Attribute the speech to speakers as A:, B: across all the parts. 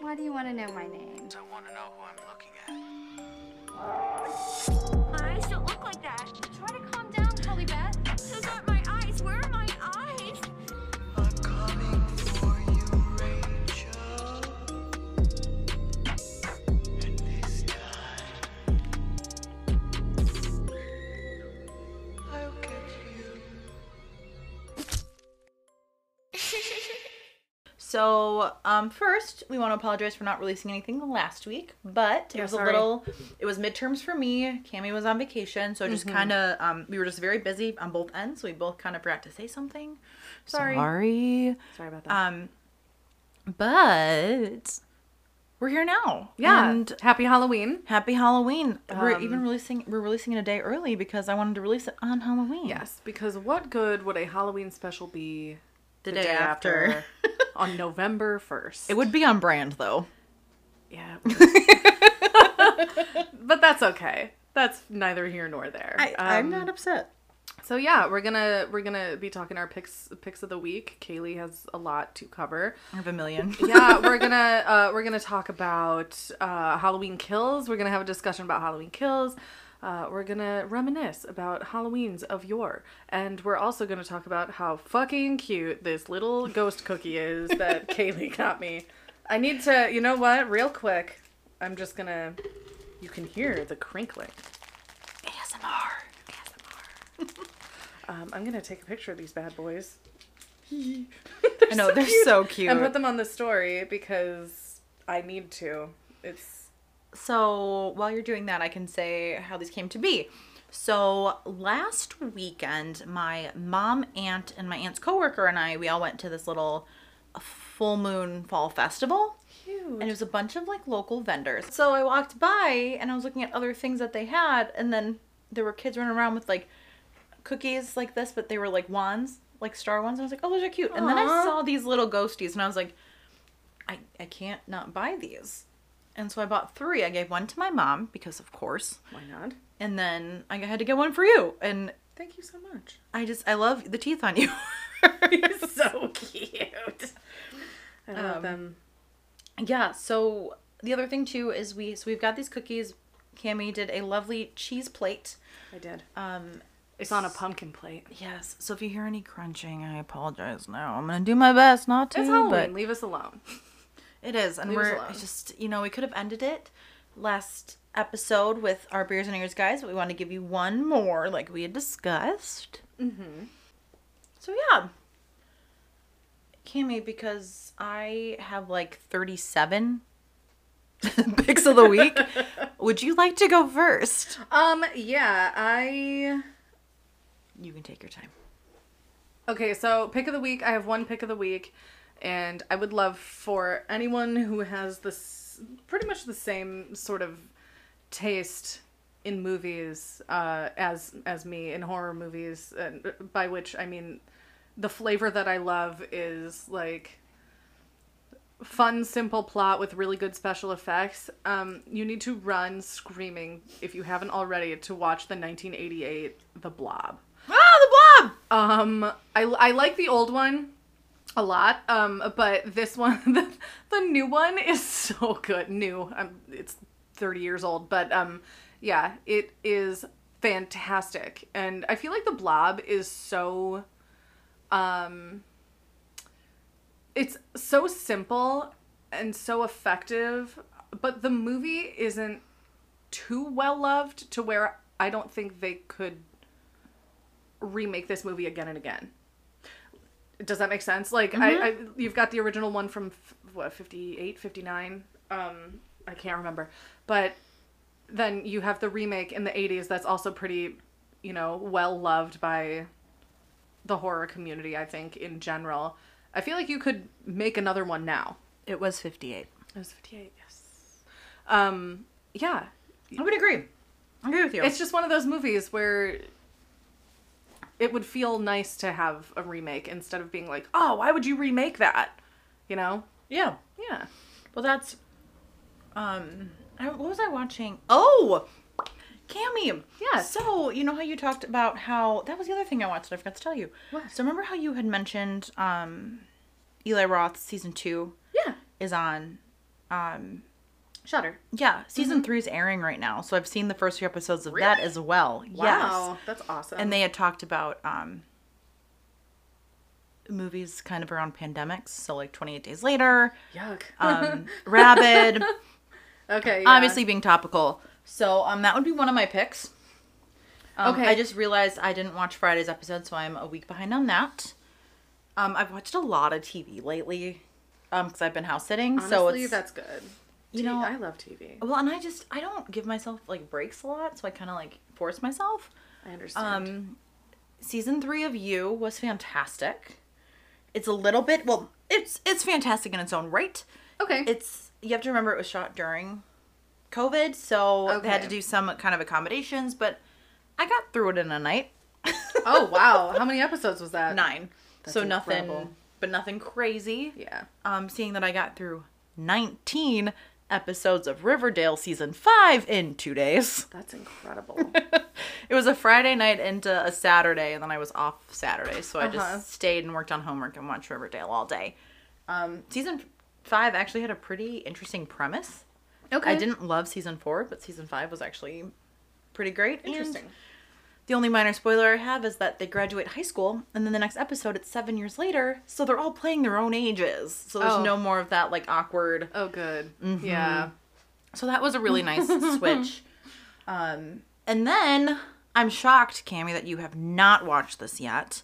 A: Why do you want to know my name?
B: I want to know who I'm looking at.
C: My eyes don't look like that.
A: Try to calm down, Polybet.
C: Those aren't my eyes. Where are my eyes?
D: I'm coming for you, Rachel. And this time, I'll get you.
E: So, um, first, we want to apologize for not releasing anything last week, but it was a
A: sorry.
E: little, it was midterms for me. Cami was on vacation, so just kind of, um, we were just very busy on both ends. So we both kind of forgot to say something. Sorry. Sorry.
A: Sorry about that.
E: Um, but we're here now.
A: yeah.
E: And
A: happy Halloween.
E: happy Halloween. we're even releasing, we're releasing it a day early because I wanted to release it on Halloween.
A: Yes, because what good would a Halloween special be
E: The, day, after.
A: after on November 1st?
E: It would be on brand though.
A: yeah. it would. but that's okay. That's neither here nor there. Um,
E: upset.
A: So yeah, we're gonna we're gonna be talking our picks picks of the week. Kaylee has a lot to cover.
E: I have a million.
A: yeah, we're gonna uh, we're gonna talk about uh, Halloween kills. We're gonna have a discussion about Halloween kills. Uh, we're gonna reminisce about Halloweens of yore, and we're also gonna talk about how fucking cute this little ghost cookie is that Kaylee got me. I need to, you know what? Real quick, I'm just gonna. You can hear the crinkling.
E: ASMR.
A: Um, I'm gonna take a picture of these bad boys.
E: I know they're so cute.
A: and put them on the story because I need to. It's
E: so while you're doing that, I can say how these came to be. So last weekend, my mom, aunt, and my aunt's coworker and I, we all went to this little full moon fall festival. And it was a bunch of like local vendors. So I walked by and I was looking at other things that they had, and then there were kids running around with like cookies like this, but they were like wands, like star ones. And I was like, oh, those are cute. And then I
A: Aw.
E: saw these little ghosties, and I was like, I, I can't not buy these. And so I bought three. I gave one to my mom because, of course.
A: why not?
E: And then I had to get one for you. And
A: Thank you so much.
E: I just, I love the teeth on you.
A: so cute. I love
E: Um,
A: them.
E: Yeah. So the other thing too is we so we've got these cookies. Cammy did a lovely cheese plate.
A: I did.
E: Um,
A: It's on a pumpkin plate.
E: yes. So if you hear any crunching, I apologize. Now I'm gonna do my best not to.
A: It's Halloween. Leave us alone.
E: But it is, and
A: Leave us
E: we're
A: alone.
E: just you know we could have ended it last episode with our beers and ears, guys. But we want to give you one more, like we had discussed. Mm-hmm. So yeah. Cammy, because I have like 37 picks of the week, would you like to go first?
A: Um. Yeah. I.
E: You can take your time.
A: Okay. So pick of the week. I have one pick of the week, and I would love for anyone who has this pretty much the same sort of taste in movies uh, as as me in horror movies, and by which I mean the flavor that I love is like fun, simple plot with really good special effects. Um, you need to run screaming if you haven't already to watch the 1988 The Blob.
E: Ah, the blob!
A: Um, I, I like the old one a lot, um, but this one, the, the new one is so good. New, um, it's 30 years old, but um, yeah, it is fantastic. And I feel like the blob is so, um, it's so simple and so effective, but the movie isn't too well loved to where I don't think they could remake this movie again and again. Does that make sense? Like I, I you've got the original one from f- what 58, 59, um I can't remember. But then you have the remake in the 80s that's also pretty, you know, well loved by the horror community, I think in general. I feel like you could make another one now.
E: It was 58.
A: It was 58, yes. Um yeah,
E: I would agree. I agree with you.
A: it's just one of those movies where it would feel nice to have a remake instead of being like, oh, why would you remake that? You know?
E: yeah.
A: Yeah.
E: Well, that's. Um, I, what was I watching? Oh, Cammy.
A: Yes.
E: So you know how you talked about how that was the other thing I watched. that I forgot to tell you.
A: What?
E: So remember how you had mentioned um, Eli Roth season two
A: Yeah.
E: is on um
A: Shutter.
E: yeah, season three is airing right now, so I've seen the first few episodes of that
A: Mm-hmm. Really?
E: as well.
A: Wow, that's awesome.
E: and they had talked about um movies kind of around pandemics so like 28 days later
A: yuck.
E: um rabid
A: okay. yeah.
E: obviously being topical so um that would be one of my picks um,
A: Okay.
E: i just realized i didn't watch friday's episode so i'm a week behind on that um i've watched a lot of tv lately um because i've been house sitting
A: honestly,
E: so it's
A: that's good.
E: you
A: T-
E: know
A: I love TV.
E: well and i just i don't give myself like breaks a lot so i kind of like force myself
A: I understand.
E: um, season three of You was fantastic. It's a little bit well, it's it's fantastic in its own right.
A: okay.
E: It's you have to remember it was shot during COVID, so they had
A: Okay.
E: to do some kind of accommodations. But I got through it in a night.
A: oh wow, how many episodes was that?
E: nine.
A: That's
E: so nothing,
A: incredible.
E: but nothing crazy.
A: Yeah.
E: Um, seeing that I got through nineteen episodes of Riverdale season five in two days.
A: That's incredible.
E: it was a Friday night into a Saturday, and then I was off Saturday, so I
A: Uh-huh.
E: just stayed and worked on homework and watched Riverdale all day. Um, season five actually had a pretty interesting premise.
A: okay.
E: I didn't love season four, but season five was actually pretty great. and
A: Interesting.
E: the only minor spoiler I have is that they graduate high school, and then the next episode it's seven years later, so they're all playing their own ages. So there's
A: Oh.
E: no more of that like awkward
A: Oh, good. Yeah.
E: So that was a really nice switch. Um, and then I'm shocked, Cammy, that you have not watched this yet.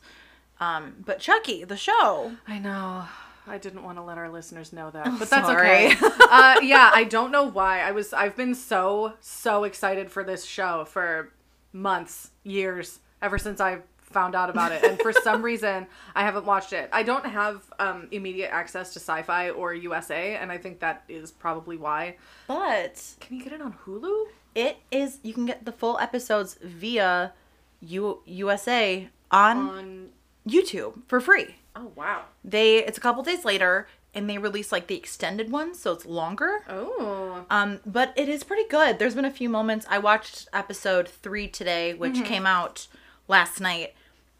E: Um, but Chucky, the show.
A: I know. I didn't want to let our listeners know that, but that's
E: Oh, sorry.
A: okay. uh, yeah, I don't know why. I was. I've been so so excited for this show for months, years, ever since I found out about it, and for some reason I haven't watched it. I don't have um, immediate access to Sci-Fi or USA, and I think that is probably why.
E: But
A: Can you get it on Hulu?
E: it is you can get the full episodes via U- USA on,
A: On
E: YouTube for free.
A: oh wow
E: They it's a couple days later and they release like the extended ones, so it's longer.
A: oh
E: Um, but it is pretty good. There's been a few moments. I watched episode three today, which came out last night,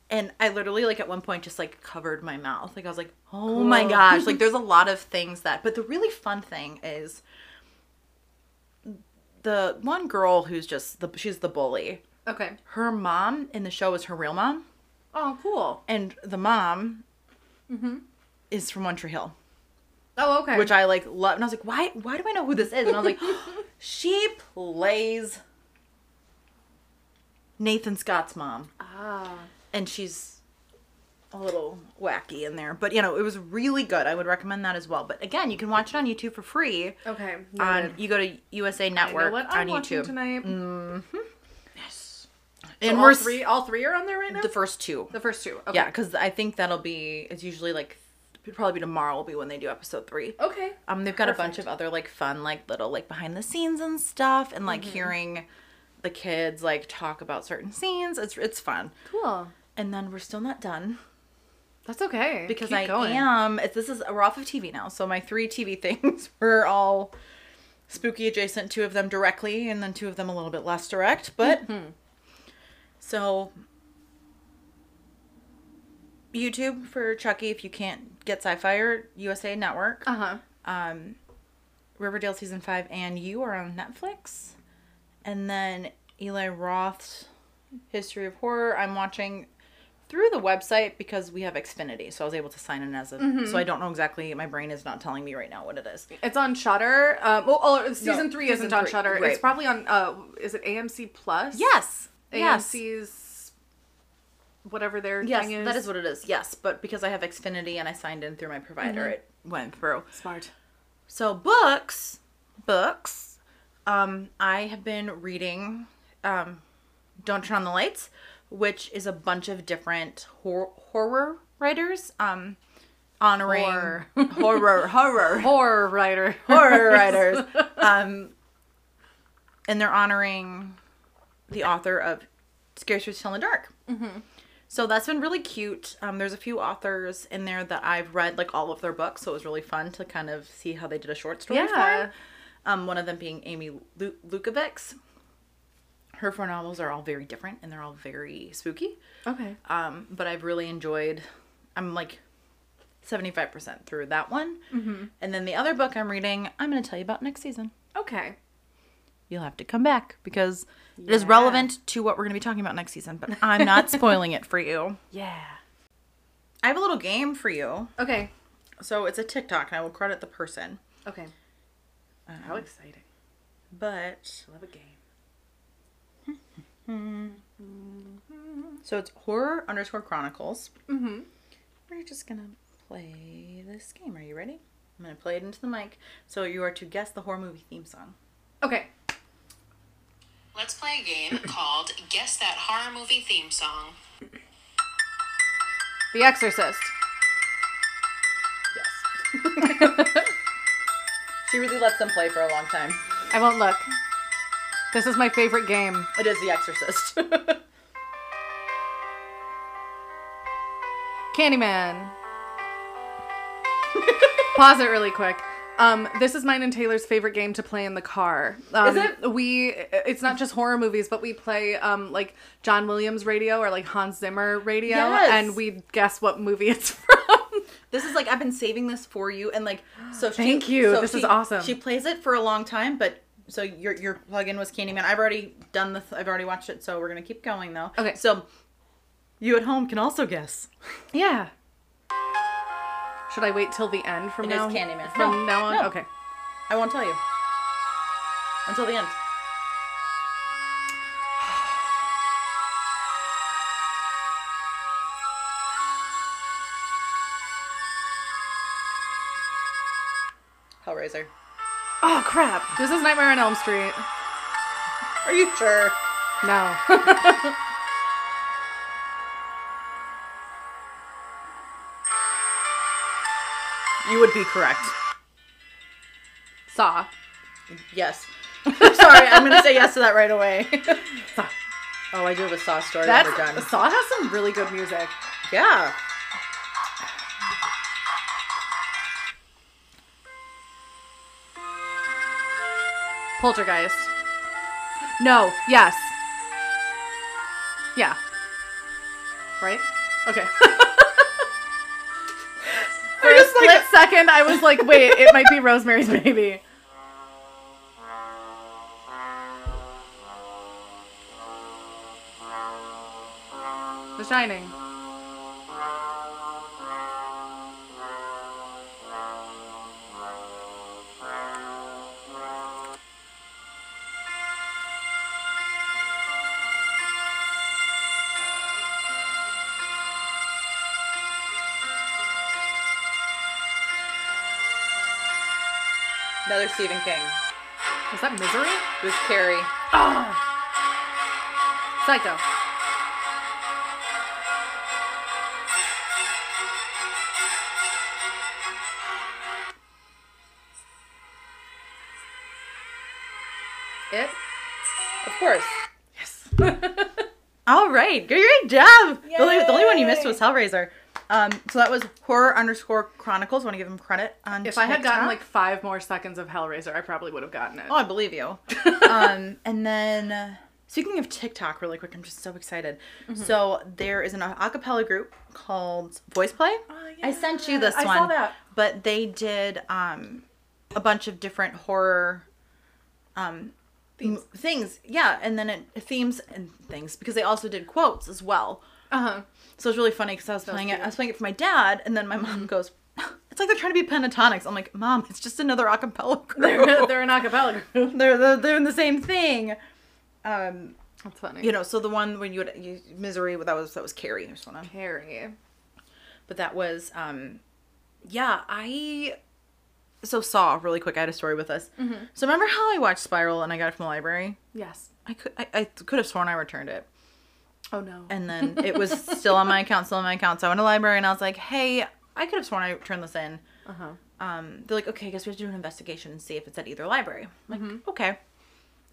E: and I literally like at one point just like covered my mouth. Like I was like, oh my
A: Cool.
E: gosh! Like there's a lot of things that. But the really fun thing is the one girl who's just the she's the bully.
A: okay
E: Her mom in the show is her real mom,
A: oh cool
E: and the mom is from One Tree Hill
A: oh okay
E: which I like love. And I was like, why? Why do I know who this is? And I was like, she plays Nathan Scott's mom,
A: ah
E: and she's a little wacky in there. But you know, it was really good. I would recommend that as well. But again, you can watch it on YouTube for free.
A: okay
E: On
A: noted.
E: you go to USA
A: I know
E: Network
A: what I'm
E: on
A: watching
E: YouTube, Mm.
A: tonight
E: and
A: all
E: we're s-
A: three. All three are on there right now.
E: the first two.
A: The first two. Okay.
E: Yeah, because I think that'll be. It's usually like it'll probably be tomorrow will be when they do episode three.
A: Okay.
E: Um, they've got a bunch of other like fun, like little like behind the scenes and stuff, and
A: Mm-hmm.
E: like hearing the kids like talk about certain scenes. It's it's fun.
A: Cool.
E: And then we're still not done
A: That's okay.
E: because
A: Keep
E: I
A: going.
E: am. It's, this is we're off of TV now, so my three TV things were all spooky adjacent. Two of them directly, and then two of them a little bit less direct. But
A: Mm-hmm.
E: so YouTube for Chucky if you can't get Sci-Fi or USA Network.
A: Uh huh.
E: um, Riverdale season five and you are on Netflix, and then Eli Roth's History of Horror. I'm watching through the website because we have Xfinity, so I was able to sign in as a. So I don't know exactly. My brain is not telling me right now what it is.
A: It's on Shutter. Um, oh, oh, season
E: No,
A: three
E: season
A: isn't on
E: three,
A: Shutter.
E: right.
A: It's probably on. Uh, is it AMC Plus?
E: Yes. Yes.
A: AMC's whatever their
E: Yes,
A: thing is.
E: that is what it is. Yes, but because I have Xfinity and I signed in through my provider, it went through.
A: smart.
E: So books, books. Um, I have been reading, um, "Don't Turn on the Lights," which is a bunch of different hor- horror writers, um, honoring
A: Horror.
E: horror, horror,
A: Horror writer.
E: horror writers. Um, and they're honoring the author of Scary Stories to Tell in the Dark. Mm-hmm. So that's been really cute. Um, there's a few authors in there that I've read like all of their books, so it was really fun to kind of see how they did a short story.
A: Yeah.
E: form. Um, one of them being Amy Lu- Lukovics. Her four novels are all very different, and they're all very spooky
A: okay.
E: um, but I've really enjoyed. I'm like 75% through that one. And then the other book I'm reading, I'm going to tell you about next season.
A: Okay.
E: You'll have to come back because it is
A: Yeah.
E: relevant to what we're going to be talking about next season, but I'm not spoiling it for you.
A: Yeah.
E: I have a little game for you.
A: Okay.
E: So it's a TikTok, and I will credit the person.
A: Okay. Uh, How exciting.
E: But
A: I love a game.
E: so it's horror underscore chronicles.
A: Mm-hmm.
E: We're just gonna play this game. Are you ready? I'm gonna play it into the mic. So you are to guess the horror movie theme song.
A: Okay.
F: Let's play a game called Guess That Horror Movie Theme Song.
A: The Exorcist.
E: She really lets them play for a long time.
A: I won't look. This is my favorite game.
E: It is The Exorcist.
A: Candyman. Pause it really quick. Um, this is mine and Taylor's favorite game to play in the car. Um,
E: it?
A: We it's not just horror movies, but we play um, like John Williams radio or like Hans Zimmer radio,
E: Yes.
A: and we guess what movie it's from.
E: this is like I've been saving this for you, and like so. She,
A: Thank you.
E: so
A: This is
E: she-
A: awesome.
E: She plays it for a long time, but so your your plug-in was Candyman. I've already done this. I've already watched it, so we're gonna keep going though.
A: Okay.
E: So you at home can also guess.
A: yeah. Should I wait till the end from
E: It is
A: now?
E: Candyman.
A: From
E: No,
A: now on,
E: no.
A: okay.
E: I won't tell you until the end. Hellraiser.
A: Oh crap! This is Nightmare on Elm Street.
E: Are you sure?
A: No.
E: You would be correct.
A: Saw.
E: Yes. I'm sorry, I'm gonna say yes to that right away. oh, I do have a saw story
A: That's
E: when we're done.
A: Saw has some really good music.
E: Yeah.
A: Poltergeist. No. Yes. Yeah. Right? Okay. For a split second, I was like, wait, it might be Rosemary's Baby. The Shining.
E: Another Stephen King.
A: Is that Misery?
E: With Carrie.
A: Psycho. It?
E: Of course.
A: Yes.
E: All right, great, great job. The only, the only one you missed was Hellraiser. Um, so that was horror underscore chronicles. Want to give them credit on
A: if I had
E: TikTok?
A: gotten like five more seconds of Hellraiser, I probably would have gotten it.
E: oh, I believe you. um, and then uh, speaking of TikTok, really quick, I'm just so excited.
A: Mm-hmm.
E: So there is an a cappella group called Voice Play. I sent you this
A: Oh, I
E: one.
A: saw that.
E: But they did um, a bunch of different horror um, m- things. Yeah, and then it, themes and things because they also did quotes as well.
A: Uh
E: Uh-huh.
A: huh.
E: So it's really funny because I was playing it.
A: cute. Mm-hmm.
E: I was playing it for my dad, and then my mom goes, "It's like they're trying to be pentatonics." I'm like, "Mom, it's just another acapella
A: They're,
E: group.
A: they're an acapella group.
E: they're, they're doing the same thing." Um,
A: That's funny.
E: you know, so the one when you, would, you misery that was that was Carrie or something,
A: Harry.
E: but that was um, yeah, I so saw really quick. I had a story with this. So remember how I watched Spiral and I got it from the library?
A: Yes.
E: I could I, I could have sworn I returned it.
A: Oh no.
E: and then it was still on my account, still on my account. So I went to the library and I was like, hey, I could have sworn I turned this in.
A: Uh-huh.
E: Um, they're like, okay, I guess we have to do an investigation and see if it's at either library. I'm like, okay.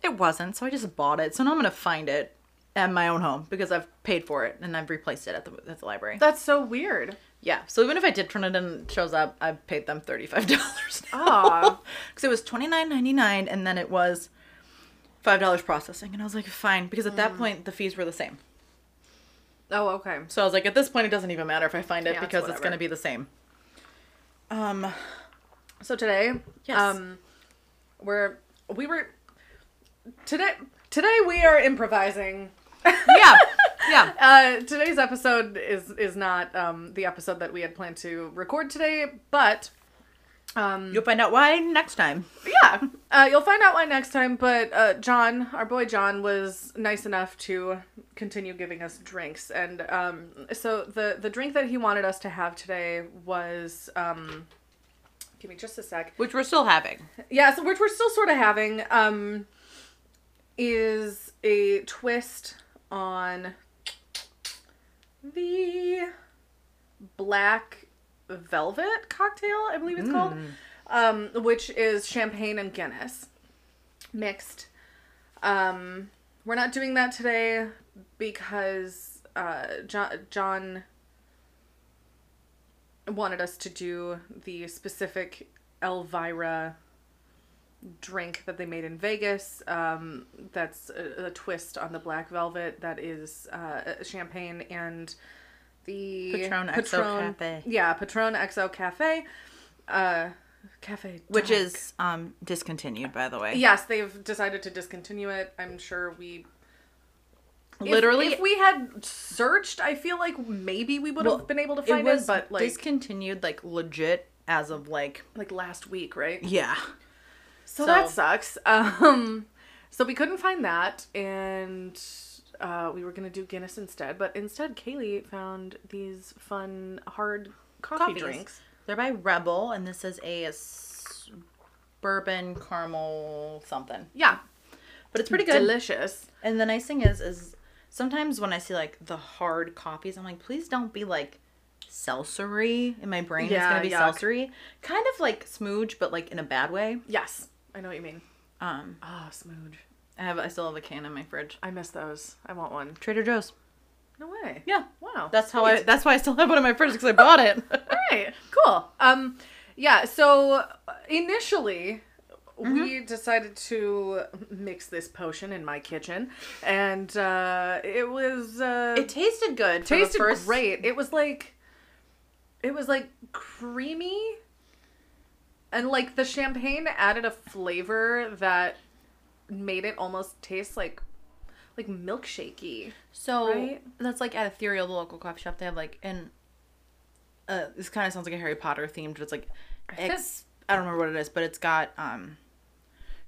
E: It wasn't, so I just bought it. So now I'm gonna find it at my own home because I've paid for it and I've replaced it at the at the library.
A: That's so weird.
E: Yeah. So even if I did turn it in, and it shows up. I've paid them thirty five dollars.
A: Aw.
E: Because it was twenty nine ninety nine, and then it was five dollars processing, and I was like, fine, because at that point the fees were the same.
A: Oh, okay. Oh,
E: So I was like, at this point, it doesn't even matter if I find it
A: Yeah, it's
E: because it's,
A: whatever.
E: going to be the same. Um,
A: So today,
E: Yes.
A: um, we're we were today today we are improvising.
E: yeah, yeah.
A: Uh, today's episode is is not um, the episode that we had planned to record today, but um,
E: You'll find out why next time.
A: yeah, uh, you'll find out why next time. But uh, John, our boy John, was nice enough to continue giving us drinks, and um, so the the drink that he wanted us to have today was um, give me just a sec.
E: Which we're still having.
A: Yeah, so which we're still sort of having um, is a twist on the black velvet cocktail, I believe it's called, um, which is champagne and Guinness mixed. Um, we're not doing that today because uh, John, John wanted us to do the specific Elvira drink that they made in Vegas. Um, that's a, a twist on the black velvet. That is uh, champagne and the
E: Patron XO Cafe.
A: Yeah, Patron XO Cafe. Uh, Cafe.
E: Which
A: Dark.
E: is um discontinued, by the way.
A: Yes, they've decided to discontinue it. I'm sure we if-
E: Literally,
A: If, we had searched, I feel like maybe we would have
E: Well,
A: been able to find it, but like
E: discontinued, like legit, as of like
A: like last week, right?
E: yeah. So-
A: So, that sucks. Um, so we couldn't find that, and uh, we were gonna do Guinness instead. But instead, Kaylee found these fun hard coffee
E: Coffees.
A: drinks.
E: They're by Rebel, and this is a s- bourbon caramel something,
A: Yeah,
E: but it's pretty good.
A: Delicious.
E: and the nice thing is, is sometimes when I see like the hard copies, I'm like, please don't be like seltzery in my brain. it's
A: Yeah,
E: gonna be
A: yuck.
E: seltzery, kind of like smooge, but like in a bad way.
A: Yes, I know what you mean.
E: Um,
A: Ah, smooth.
E: I have I still have a can in my fridge.
A: I miss those. I want one.
E: Trader Joe's.
A: No way.
E: Yeah,
A: Wow.
E: that's how I. That's why I still have one in my fridge because I bought it.
A: right. Cool. Um, yeah. So uh, initially, we decided to mix this potion in my kitchen, and uh, it was uh,
E: it tasted good. for the
A: tasted
E: first-
A: great. It was like, it was like creamy, and like the champagne added a flavor that made it almost taste like, like milkshakey.
E: So
A: Right?
E: that's like at Ethereal, the local coffee shop. They have like an. Uh, this kind of sounds like a Harry Potter themed. But it's like, ex- I don't remember what it is, but it's got um,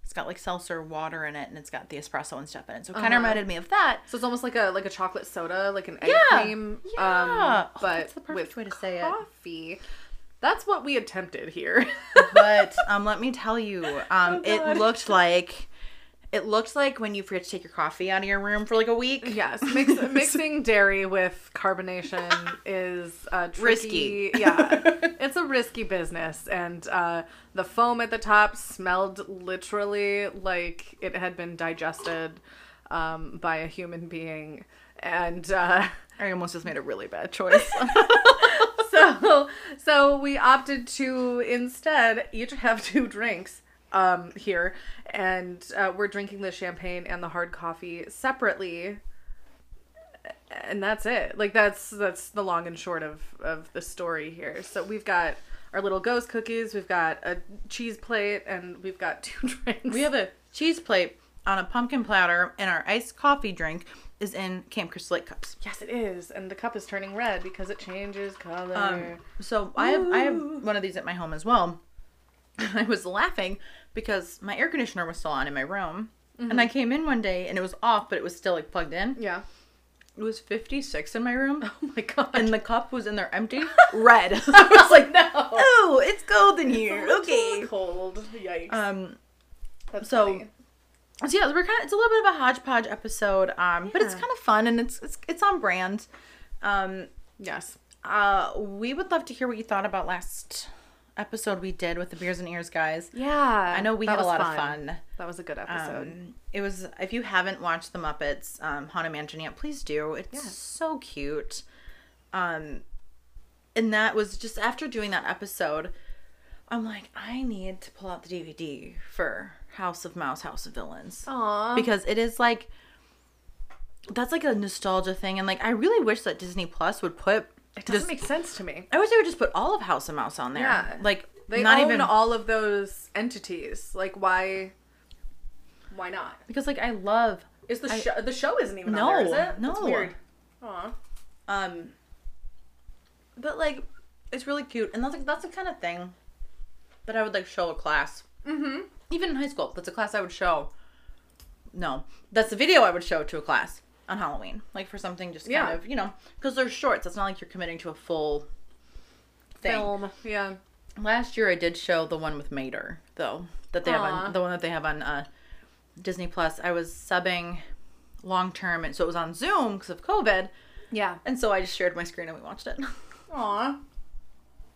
E: it's got like seltzer water in it, and it's got the espresso and stuff in it. So it kind
A: Uh-huh.
E: of reminded me of that.
A: So it's almost like a like a chocolate soda, like an egg
E: Yeah,
A: cream.
E: yeah.
A: Um,
E: Oh,
A: but
E: that's the perfect
A: with
E: way to say it.
A: coffee. That's what we attempted here.
E: But um, let me tell you, um,
A: Oh, God.
E: it looked like. It looked like when you forget to take your coffee out of your room for like a week.
A: yes, mix, mixing dairy with carbonation is uh,
E: Risky.
A: tricky. Yeah, it's a risky business, and uh, the foam at the top smelled literally like it had been digested um, by a human being, and. Uh,
E: I almost just made a really bad choice.
A: so so we opted to instead each have two drinks um here and uh, we're drinking the champagne and the hard coffee separately and that's it like that's that's the long and short of of the story here so we've got our little ghost cookies we've got a cheese plate and we've got two drinks
E: We have a cheese plate on a pumpkin platter, and our iced coffee drink is in Camp Crystal Lake cups.
A: yes it is and the cup is turning red because it changes color
E: Um, so I have I have one of these at my home as well. I was laughing because my air conditioner was still on in my room, and
A: Mm-hmm.
E: I came in one day and it was off, but it was still like plugged in.
A: yeah
E: It was fifty six in my room,
A: oh my god
E: and the cup was in there empty, red. I was like,
A: no
E: oh, it's cold in here. Okay.
A: cold yikes
E: Um,
A: That's
E: So,
A: funny.
E: So yeah, we're kind of it's a little bit of a hodgepodge episode, um, but it's
A: Yeah.
E: kind of fun and it's it's it's on brand. Um,
A: yes,
E: uh, we would love to hear what you thought about last episode we did with the beers and ears guys.
A: yeah,
E: I know we
A: that
E: had a
A: was
E: lot of fun.
A: That was a good episode.
E: Um, it was if you haven't watched the Muppets, um, Haunted Mansion yet, please do. It's so cute. Um, and that was just after doing that episode, I'm like, I need to pull out the DVD for House of Mouse, House of Villains
A: Aw,
E: because it is like that's like a nostalgia thing and like i really wish that disney plus would put
A: It doesn't
E: Just-
A: make sense to me.
E: I wish they would just put all of House and Mouse on there.
A: Yeah.
E: Like
A: They
E: not
A: own
E: even
A: all of those entities. Like why? Why not?
E: because like I love
A: Is the
E: I-
A: show the show isn't even
E: No,
A: on there, is it?
E: no.
A: That's weird. Aw.
E: um but like it's really cute and that's like that's the kind of thing that I would like show a class.
A: Mhm.
E: Even in high school, that's a class I would show. No, that's the video I would show to a class on Halloween, like for something just kind
A: Yeah.
E: of you know because they're shorts. It's not like you're committing to a full thing.
A: Film. Yeah.
E: Last year I did show the one with Mater though that they have
A: Aw.
E: on the one that they have on uh, Disney Plus. I was subbing long term, and so it was on Zoom because of COVID,
A: Yeah.
E: and so I just shared my screen and we watched it.
A: Aw.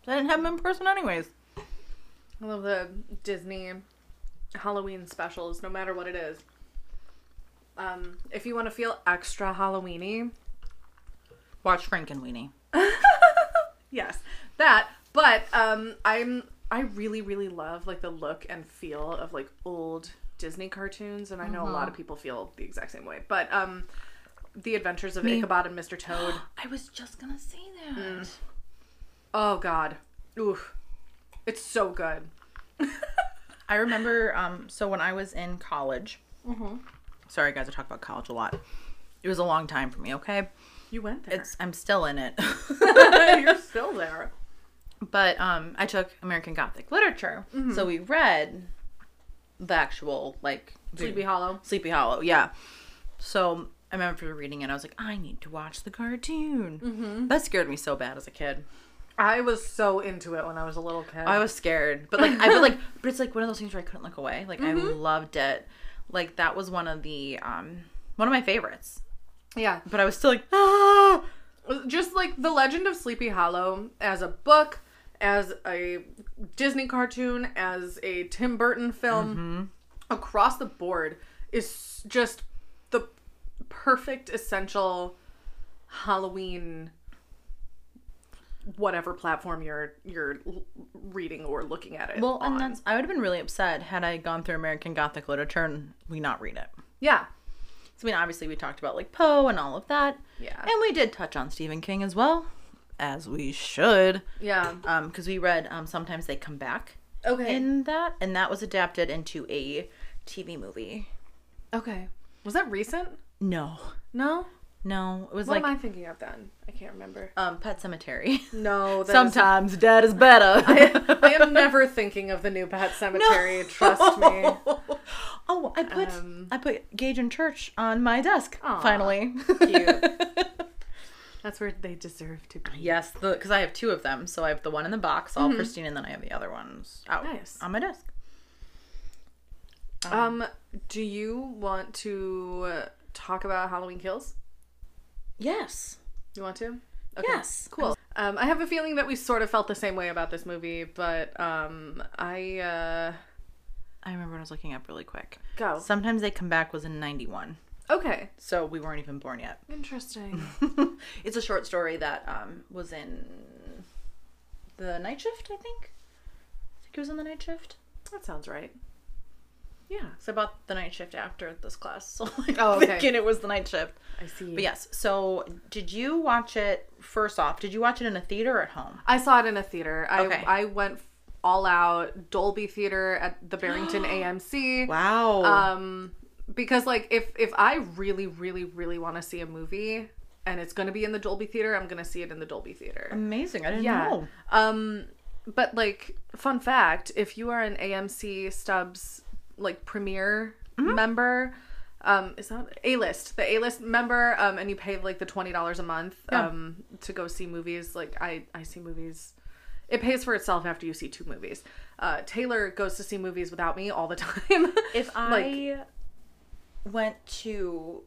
E: I didn't have them in person anyways.
A: I love the Disney Halloween specials, no matter what it is. Um, if you want to feel extra Halloweeny,
E: Watch Frank and Weenie.
A: yes, that. But um, I'm I really really love like the look and feel of like old Disney cartoons, and I know a lot of people feel the exact same way. But um, the Adventures of Ichabod and Mr. Toad.
E: I was just gonna say that.
A: Oh God, oof, it's so good.
E: I remember. Um, so when I was in college, Mm-hmm. sorry guys, I talk about college a lot. It was a long time for me. Okay,
A: You went there.
E: it's I'm still in it.
A: You're still there.
E: but um i took american gothic literature so we read the actual like the-
A: Sleepy Hollow.
E: sleepy hollow yeah so i remember after reading it i was like i need to watch the cartoon that scared me so bad as a kid
A: I was so into it when I was a little kid.
E: i was scared but like i but like but it's like one of those things where i couldn't look away like i loved it like that was one of the um one of my favorites
A: yeah.
E: but i was still like ah!
A: just like the legend of sleepy hollow as a book as a disney cartoon as a tim burton film across the board is just the perfect essential halloween whatever platform you're you're l- reading or looking at it
E: well and
A: on.
E: that's i would have been really upset had i gone through american gothic literature and we not read it
A: yeah
E: So, I mean, obviously, we talked about like Poe and all of that.
A: Yeah.
E: And we did touch on Stephen King as well, as we should.
A: yeah
E: Um, because we read um, Sometimes They Come Back
A: okay
E: in that, and that was adapted into a TV movie.
A: okay was that recent
E: No.
A: no
E: No. It was
A: what am
E: like
A: i thinking of then i can't remember
E: um, Pet Cemetery.
A: no that is-
E: Sometimes dead is better.
A: I am never thinking of the new Pet Cemetery. Trust me.
E: Oh, I put
A: Um,
E: I put Gage and Church on my desk
A: Aw,
E: finally.
A: cute. That's where they deserve to be.
E: Yes, the because I have two of them. So I have the one in the box, all pristine, and then I have the other ones out
A: Nice.
E: on my desk.
A: Um, do you want to uh, talk about Halloween Kills?
E: Yes.
A: You want to?
E: Yes.
A: Cool. Um, I have a feeling that we sort of felt the same way about this movie, but um, I uh,
E: I remember when I was looking up really quick.
A: go.
E: Sometimes they come back was in '91,
A: okay,
E: so we weren't even born yet.
A: interesting.
E: it's a short story that um, was in the night shift. I think. I think it was in the night shift.
A: that sounds right. Yeah,
E: It's about the night shift after this class. So like,
A: Oh,
E: oh,
A: okay.
E: thinking it was the night shift.
A: I see.
E: But yes. So did you watch it? First off, did you watch it in a theater or at home?
A: I saw it in a theater. I
E: Okay.
A: I went all out Dolby Theater at the Barrington AMC.
E: Wow.
A: um because like if if i really really really want to see a movie and it's going to be in the dolby theater i'm going to see it in the dolby theater
E: Amazing. I didn't
A: yeah
E: know.
A: um but like fun fact if you are an amc stubbs like premiere
E: Mm-hmm.
A: member um is that a list the a list member um and you pay like the $20 a month um to go see movies like i i see movies it pays for itself after you see two movies uh taylor goes to see movies without me all the time
E: If
A: Like-
E: I went to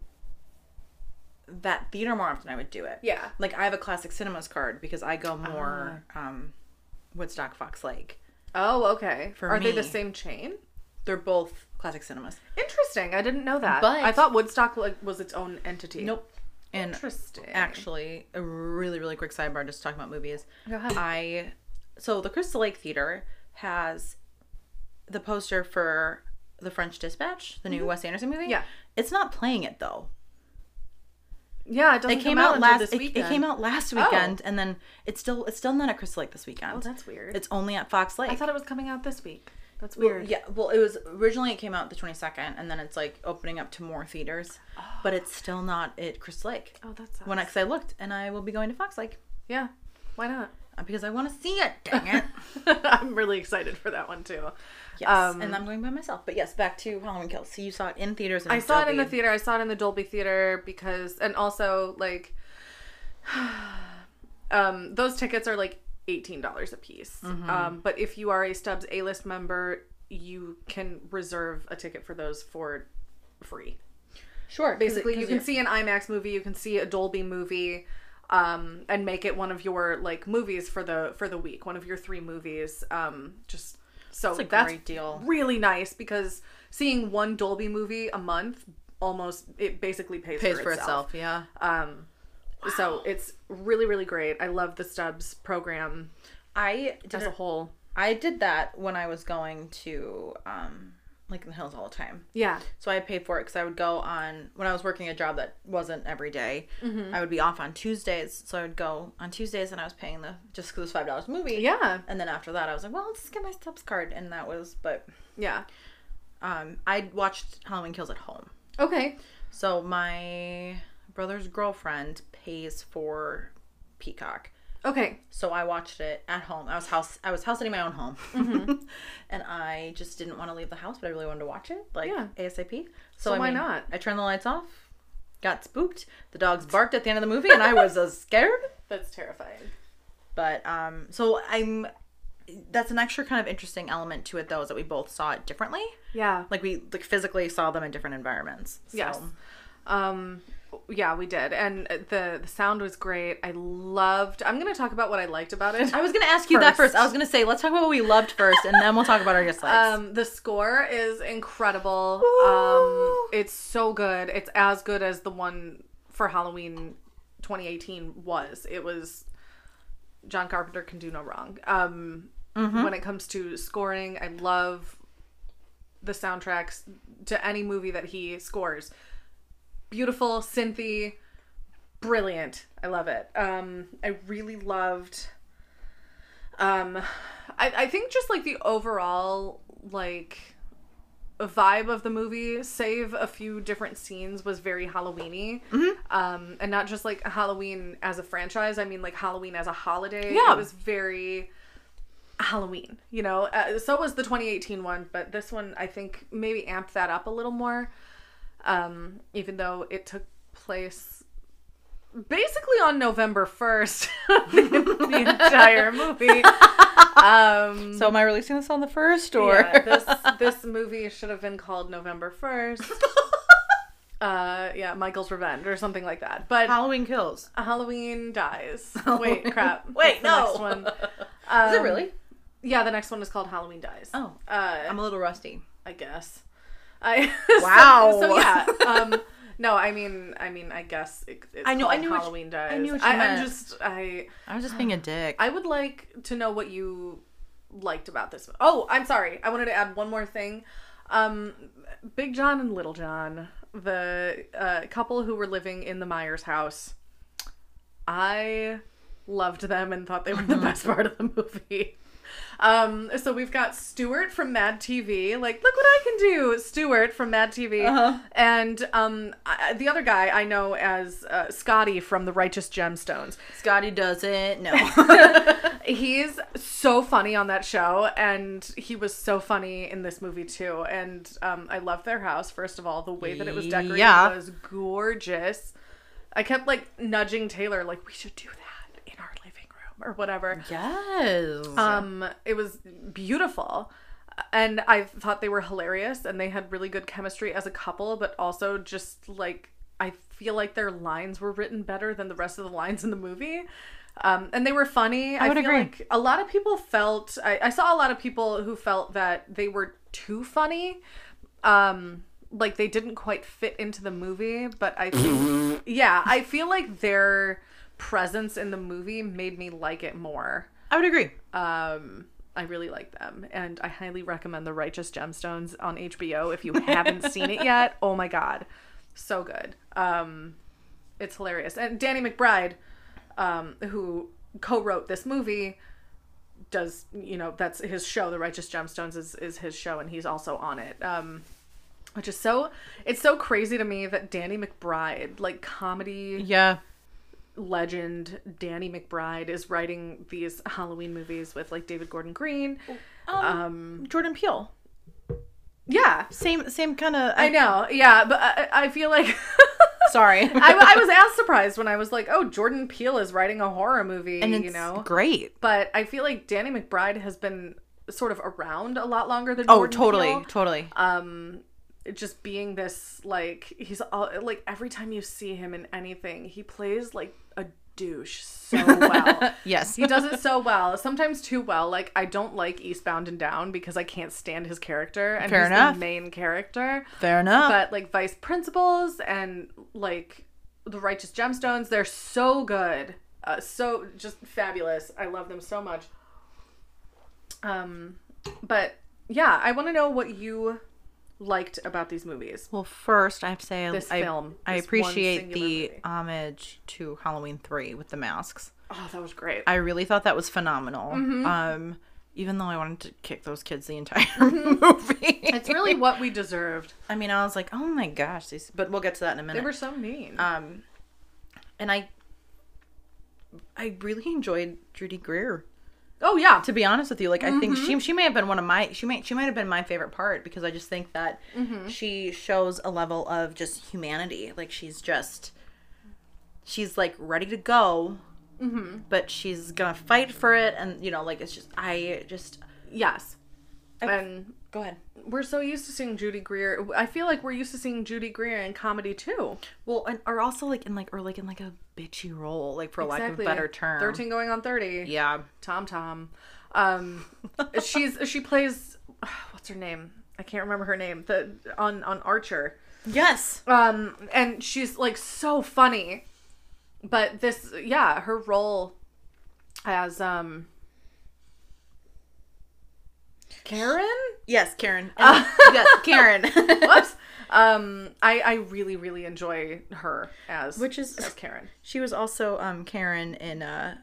E: that theater more often, I would do it.
A: Yeah. Ah.
E: Like I have a classic cinemas card because I go more um, Woodstock Fox Lake.
A: Oh, okay.
E: For
A: Are they the
E: me.
A: same chain?
E: They're both classic cinemas.
A: Interesting. I didn't know that.
E: But-
A: I thought Woodstock like, was its own entity.
E: And
A: Interesting.
E: actually, a really, really quick sidebar just talking about movies.
A: Go ahead.
E: I so the Crystal Lake Theater has the poster for
A: Mm-hmm.
E: The French Dispatch, the new Wes Anderson movie.
A: Yeah.
E: It's not playing it though.
A: Yeah, Oh, it doesn't
E: It came
A: come out,
E: out
A: until
E: last.
A: this
E: It, it
A: weekend.
E: came out last weekend, and then it's still it's still not at Crystal Lake this weekend.
A: Oh, that's weird.
E: It's only at Fox Lake.
A: I thought it was coming out this week. That's
E: Well,
A: weird.
E: yeah, well, it was originally it came out the twenty second, and then it's like opening up to more theaters, but it's still not at Crystal Lake.
A: Oh, that's
E: When I, cause I looked, and I will be going to Fox Lake
A: yeah. Why not?
E: uh, because I want to see it. Dang it!
A: I'm really excited for that one too.
E: yes,
A: Um,
E: and I'm going by myself. But yes, back to Halloween Kills. So you saw it in theaters. And
A: I saw it in the
E: Dolby.
A: theater. I saw it in the Dolby theater because, and also like, um, those tickets are like eighteen dollars a piece. Um, but if you are a Stubbs A list member, you can reserve a ticket for those for free.
E: Sure, 'cause it-
A: Basically,
E: 'cause
A: you can
E: you're-
A: see an IMAX movie, you can see a Dolby movie, um, and make it one of your like movies for the for the week, one of your three movies. Um, just so
E: That's a
A: that's
E: great deal.
A: really nice because seeing one Dolby movie a month almost it basically pays,
E: pays for itself. Yeah.
A: So it's really really great. I love the Stubbs program
E: I did
A: as a
E: a
A: whole.
E: I did that when I was going to um like in the hills all the time.
A: Yeah,
E: So I paid for it because I would go on when I was working a job that wasn't every day,
A: Mm-hmm.
E: I would be off on Tuesdays, so I would go on Tuesdays and I was paying the just because it was five dollars a movie.
A: yeah,
E: And then after that, I was like, well, let's just get my Stubbs card, and that was. But
A: yeah.
E: um, I watched Halloween Kills at home,
A: Okay.
E: so my brother's girlfriend pays for Peacock,
A: Okay.
E: so I watched it at home. I was house I was house sitting in my own home,
A: Mm-hmm.
E: and I just didn't want to leave the house, but I really wanted to watch it like
A: Yeah.
E: ASAP.
A: So
E: So, I
A: why
E: mean,
A: not?
E: I turned the lights off, got spooked. The dogs barked at the end of the movie, and I was uh, scared.
A: That's terrifying.
E: But um, so I'm. That's an extra kind of interesting element to it, though, is that we both saw it differently.
A: Yeah.
E: Like we like physically saw them in different environments. So.
A: Yes. Um yeah, we did. And the the sound was great. I loved I'm going to talk about what I liked about it.
E: I was gonna ask you that
A: First.
E: first. I was gonna say let's talk about what we loved first, and then we'll talk about our dislikes.
A: um the score is incredible. Um
E: Woo.
A: it's so good. It's as good as the one for Halloween 2018 was. It was John Carpenter can do no wrong. Um
E: Mm-hmm.
A: when it comes to scoring, I love the soundtracks to any movie that he scores. Beautiful, synthy, brilliant. I love it. Um, I really loved. Um, I, I think just like the overall like vibe of the movie, save a few different scenes, was very Halloweeny. Um, and not just like Halloween as a franchise. I mean like Halloween as a holiday.
E: Yeah.
A: it was very. Halloween, you know. Uh, so was the 2018 one, but this one I think maybe amped that up a little more. Um, even though it took place basically on November 1st, the, the entire movie. Um,
E: so am I releasing this on the first or?
A: yeah, this this movie should have been called November 1st. Uh, yeah, Michael's Revenge or something like that. But
E: Halloween Kills.
A: Halloween dies. Wait, crap.
E: Wait,
A: That's
E: no.
A: the Next one. Um,
E: Is it really?
A: Yeah, the next one is called Halloween Dies.
E: Um, Oh,
A: Uh,
E: I'm a little rusty.
A: I guess. I
E: Wow.
A: So, so, yeah. Um, no, I mean, I mean, I guess it, it's
E: I know- I
A: called
E: knew what you-
A: Halloween dies.
E: I knew what you meant.
A: I'm just I
E: I was just being a dick.
A: I would like to know what you liked about this. Oh, I'm sorry. I wanted to add one more thing. Um, Big John and Little John, the uh, couple who were living in the Myers house. I loved them and thought they were the best part of the movie. Um, so we've got Stuart from Mad TV, like, look what I can do, Stuart from Mad TV,
E: Uh-huh.
A: and um, I, the other guy I know as uh, Scotty from The Righteous Gemstones
E: Scotty doesn't. No.
A: he's so funny on that show and he was so funny in this movie too and um, i love their house first of all the way that it was decorated
E: Yeah.
A: was gorgeous i kept like nudging taylor like we should do that in our living room or whatever
E: yes.
A: um it was beautiful and i thought they were hilarious and they had really good chemistry as a couple but also just like i feel like their lines were written better than the rest of the lines in the movie um, and they were funny i,
E: would
A: feel
E: agree.
A: like a lot of people felt I, I saw a lot of people who felt that they were too funny um like they didn't quite fit into the movie but i think, yeah i feel like their presence in the movie made me like it more
E: I would agree.
A: um, I really like them, and I highly recommend The Righteous Gemstones on HBO if you haven't seen it yet. Oh my god, so good. Um, it's hilarious. And Danny McBride, um, who co-wrote this movie, does you know that's his show. The Righteous Gemstones is is his show, and he's also on it. Um, which is so it's so crazy to me that Danny McBride, like comedy
E: Yeah.
A: legend Danny McBride, is writing these Halloween movies with like David Gordon Green.
E: Jordan Peele.
A: Yeah,
E: Same same kind of
A: I know. Yeah, but I, I feel like.
E: Sorry.
A: I, I was as surprised when I was like, "Oh, Jordan Peele is writing a horror movie,"
E: and it's
A: you know.
E: great.
A: But I feel like Danny McBride has been sort of around a lot longer than
E: Oh,
A: Jordan
E: totally,
A: Peele.
E: totally.
A: Just being this like he's all like every time you see him in anything, he plays like a douche so well.
E: yes.
A: he does it so well, sometimes too well. Like I don't like Eastbound and Down because I can't stand his character and
E: Fair
A: he's
E: enough.
A: the main character
E: Fair enough.
A: but like vice principals and like the righteous gemstones they're so good uh, so just fabulous i love them so much um but yeah i want to know what you liked about these movies
E: well, first I have to say I-
A: This
E: I,
A: film,
E: I
A: this one
E: appreciate
A: singular
E: the
A: movie.
E: homage to Halloween three with the masks.
A: oh that was great
E: I really thought that was phenomenal.
A: Mm-hmm.
E: Um, even though I wanted to kick those kids the entire
A: Mm-hmm.
E: movie.
A: it's really what we deserved
E: I mean, I was like, oh my gosh, these. But we'll get to that in a minute.
A: they were so mean
E: um, and I, I really enjoyed Judy Greer.
A: oh yeah
E: To be honest with you, like I think
A: Mm-hmm.
E: she she may have been one of my she might she might have been my favorite part because I just think that
A: Mm-hmm.
E: she shows a level of just humanity. Like she's just, she's like ready to go,
A: Mm-hmm.
E: but she's gonna fight for it, and you know, like it's just I just
A: yes and
E: go ahead.
A: we're so used to seeing Judy Greer. I feel like we're used to seeing Judy Greer in comedy too.
E: Well, and or also like in like or like in like a bitchy role, like for lack of a better term.
A: Thirteen going on thirty.
E: Yeah.
A: Tom Tom. Um, she's she plays what's her name? I can't remember her name. The on on Archer.
E: Yes.
A: Um, and she's like so funny, but this yeah, her role as um Karen. Uh.
E: Yes, Karen. And- yes, Karen.
A: Whoops. um, I I really really enjoy her as
E: Which is-
A: as Karen.
E: she was also um Karen in uh,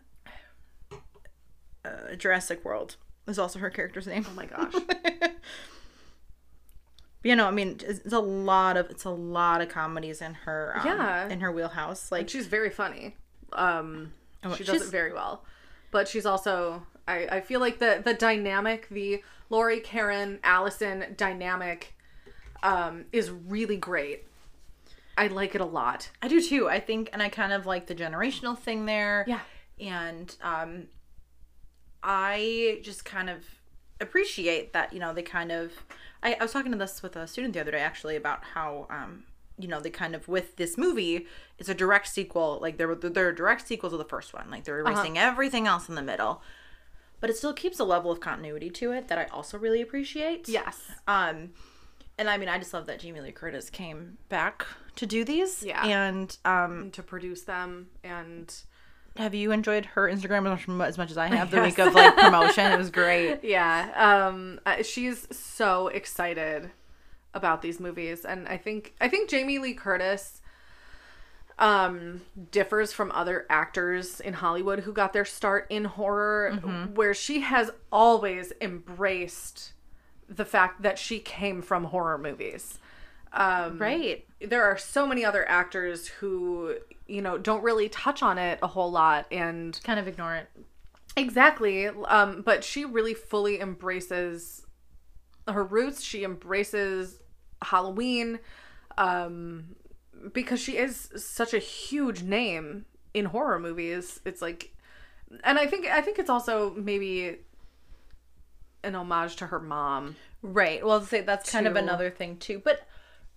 E: uh Jurassic World. Is also her character's name.
A: Oh my gosh.
E: You know, I mean, it's, it's a lot of it's a lot of comedies in her um,
A: Yeah.
E: in her wheelhouse. Like
A: she's very funny. Um,
E: Oh,
A: she does
E: she's-
A: it very well, but she's also I, I feel like the the dynamic, the Lori, Karen, Allison dynamic, um, is really great. I like it a lot.
E: I do too. I think, and I kind of like the generational thing there.
A: Yeah.
E: And um, I just kind of appreciate that, you know, they kind of. I, I was talking to this with a student the other day actually about how, um, you know, they kind of with this movie, it's a direct sequel. Like there were there are direct sequels of the first one. Like they're erasing everything else in the middle, but it still keeps a level of continuity to it that I also really appreciate.
A: Yes.
E: Um, and I mean, I just love that Jamie Lee Curtis came back to do these.
A: Yeah.
E: And um,
A: To produce them and
E: have you enjoyed her Instagram as much, as much as I have? The
A: Yes.
E: week of like promotion, it was great.
A: yeah, um, uh, she's so excited about these movies, and I think I think Jamie Lee Curtis um differs from other actors in Hollywood who got their start in horror where she has always embraced the fact that she came from horror movies
E: Right.
A: there are so many other actors who you know don't really touch on it a whole lot and
E: Kind of ignorant.
A: Exactly. Um, but she really fully embraces her roots. She embraces Halloween um, because she is such a huge name in horror movies. It's like, and I think I think it's also maybe an homage to her mom.
E: Right. Well, I'd say that's kind of
A: To-
E: another thing too. But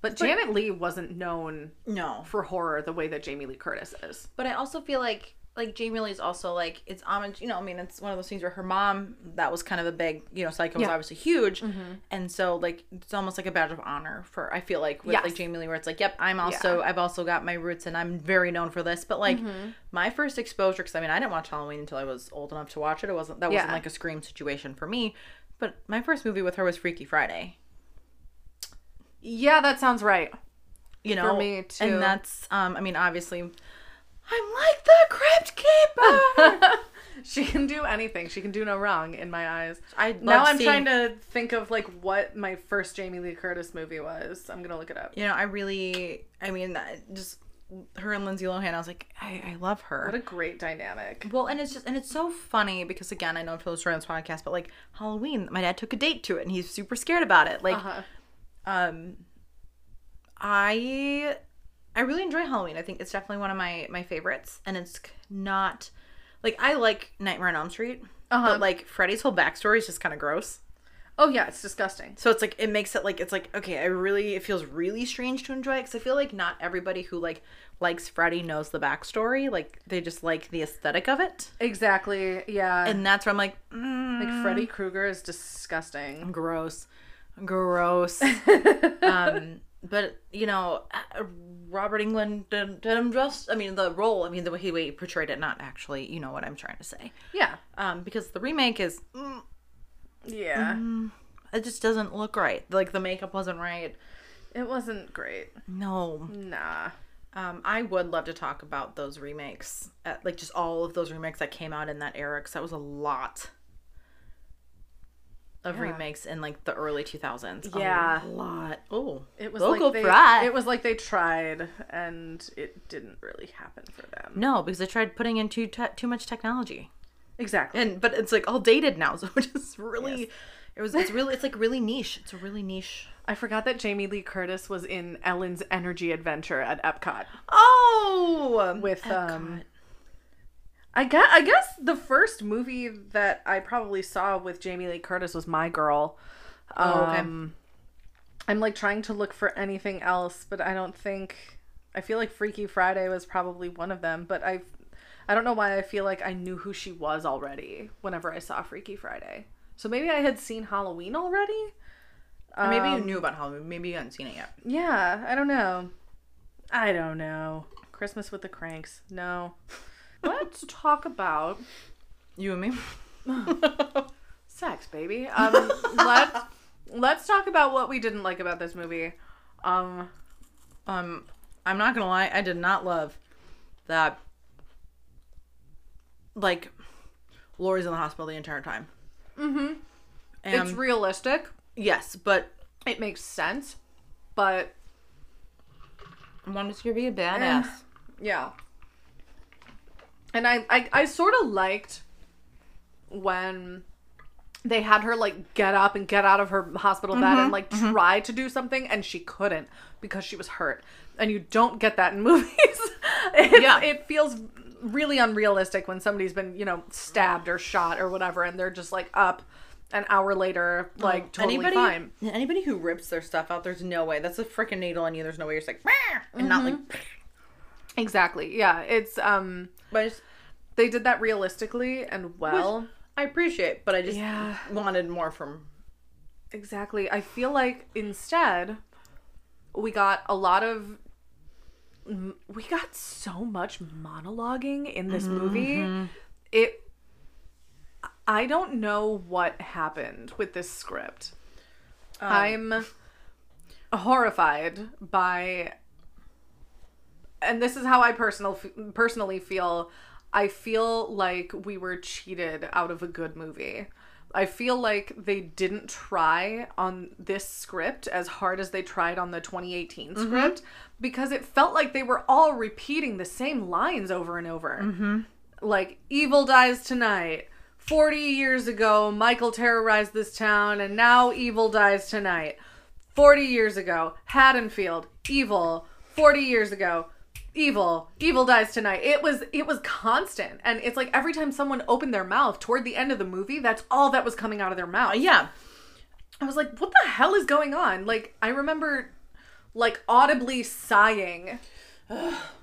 A: But Janet Lee wasn't known
E: no.
A: for horror the way that Jamie Lee Curtis is.
E: But I also feel like like Jamie Lee's also like it's homage. You know, I mean, it's one of those things where her mom that was kind of a big you know psycho was
A: Yeah. Mm-hmm.
E: obviously huge, and so like it's almost like a badge of honor for I feel like with
A: Yes.
E: like Jamie Lee where it's like yep I'm also I've also got my roots and I'm very known for this. But like
A: Mm-hmm.
E: my first exposure because I mean I didn't watch Halloween until I was old enough to watch it. It wasn't that wasn't
A: Yeah.
E: like a scream situation for me. But my first movie with her was Freaky Friday.
A: Yeah, that sounds right.
E: you know
A: me, too.
E: and that's um i mean obviously i'm like the crypt keeper
A: she can do anything. She can do no wrong in my eyes.
E: I
A: now
E: love
A: I'm
E: seeing-
A: trying to think of like what my first Jamie Lee Curtis movie was. I'm gonna look it up.
E: you know i really i mean that- just her and lindsay lohan i was like i, I love her
A: What a great dynamic.
E: well, and it's just and it's so funny because again, I know I've told this story on this podcast, but like Halloween, my dad took a date to it, and he's super scared about it. Like,
A: Uh-huh.
E: um, I I really enjoy Halloween. I think it's definitely one of my my favorites, and it's c- not like I like Nightmare on Elm Street,
A: Uh-huh.
E: but like Freddy's whole backstory is just kind of gross.
A: Oh yeah, it's disgusting.
E: So it's like it makes it like it's like okay, I really it feels really strange to enjoy it because I feel like not everybody who like likes Freddy knows the backstory. Like they just like the aesthetic of it,
A: Exactly. Yeah.
E: and that's where I'm like, mm,
A: like Freddy Krueger is disgusting.
E: gross, gross. um, but you know, uh, Robert England did, did him just. I mean, the role. I mean, the way he, way he portrayed it. Not actually. You know what I'm trying to say.
A: Yeah.
E: Um, because the remake is, mm,
A: Yeah.
E: it just doesn't look right. Like the makeup wasn't right.
A: It wasn't great.
E: No.
A: Nah.
E: Um, I would love to talk about those remakes, uh, like just all of those remakes that came out in that era, because that was a lot of remakes in like the early 2000s. A
A: Yeah.
E: lot. Oh,
A: It was
E: local
A: like they,
E: pride.
A: It was like they tried and it didn't really happen for them.
E: no, because I tried putting in too te- too much technology,
A: Exactly.
E: and but it's like all dated now, so it's just really, it was it's really it's like really niche. It's a really niche.
A: I forgot that Jamie Lee Curtis was in Ellen's Energy Adventure at Epcot
E: Oh,
A: with um I guess, I guess the first movie that I probably saw with Jamie Lee Curtis was My Girl.
E: Oh, okay.
A: Um, I'm like trying to look for anything else, but I don't think I feel like Freaky Friday was probably one of them, but I I don't know why I feel like I knew who she was already whenever I saw Freaky Friday. So maybe I had seen Halloween already?
E: Or maybe you knew about Halloween. Maybe you hadn't seen it yet.
A: Yeah, I don't know. I don't know. Christmas with the Cranks. No. Let's talk about
E: You and me.
A: sex, baby. Um, let's let's talk about what we didn't like about this movie. Um,
E: Um, I'm not gonna lie, I did not love that. Like, Lori's in the hospital the entire time. Mm-hmm. And
A: it's realistic.
E: yes, but
A: It makes sense, but
E: I wanted to be a badass.
A: yeah. And I I, I sort of liked when they had her like get up and get out of her hospital bed
E: Mm-hmm,
A: and like try to do something and she couldn't because she was hurt. And you don't get that in movies. it,
E: Yeah.
A: it feels really unrealistic when somebody's been, you know, stabbed or shot or whatever and they're just like up an hour later, like totally
E: Oh, anybody,
A: fine.
E: anybody who rips their stuff out, there's no way. That's a freaking needle in you. There's no way you're just like, "Meh," and not like.
A: Exactly. Yeah. It's um
E: But I, just,
A: they did that realistically and well.
E: I appreciate, but I just
A: Yeah.
E: wanted more from.
A: Exactly. I feel like instead we got a lot of m- we got so much monologuing in this movie. It I don't know what happened with this script. I'm horrified by and this is how I personal personally feel. I feel like we were cheated out of a good movie. I feel like they didn't try on this script as hard as they tried on the 2018 script because it felt like they were all repeating the same lines over and over. Like, evil dies tonight. 40 years ago, Michael terrorized this town, and now evil dies tonight. 40 years ago, Haddonfield, evil. 40 years ago, evil. Evil dies tonight. It was it was constant. And it's like every time someone opened their mouth toward the end of the movie, that's all that was coming out of their mouth.
E: Yeah.
A: I was like, "What the hell is going on?" Like I remember like audibly sighing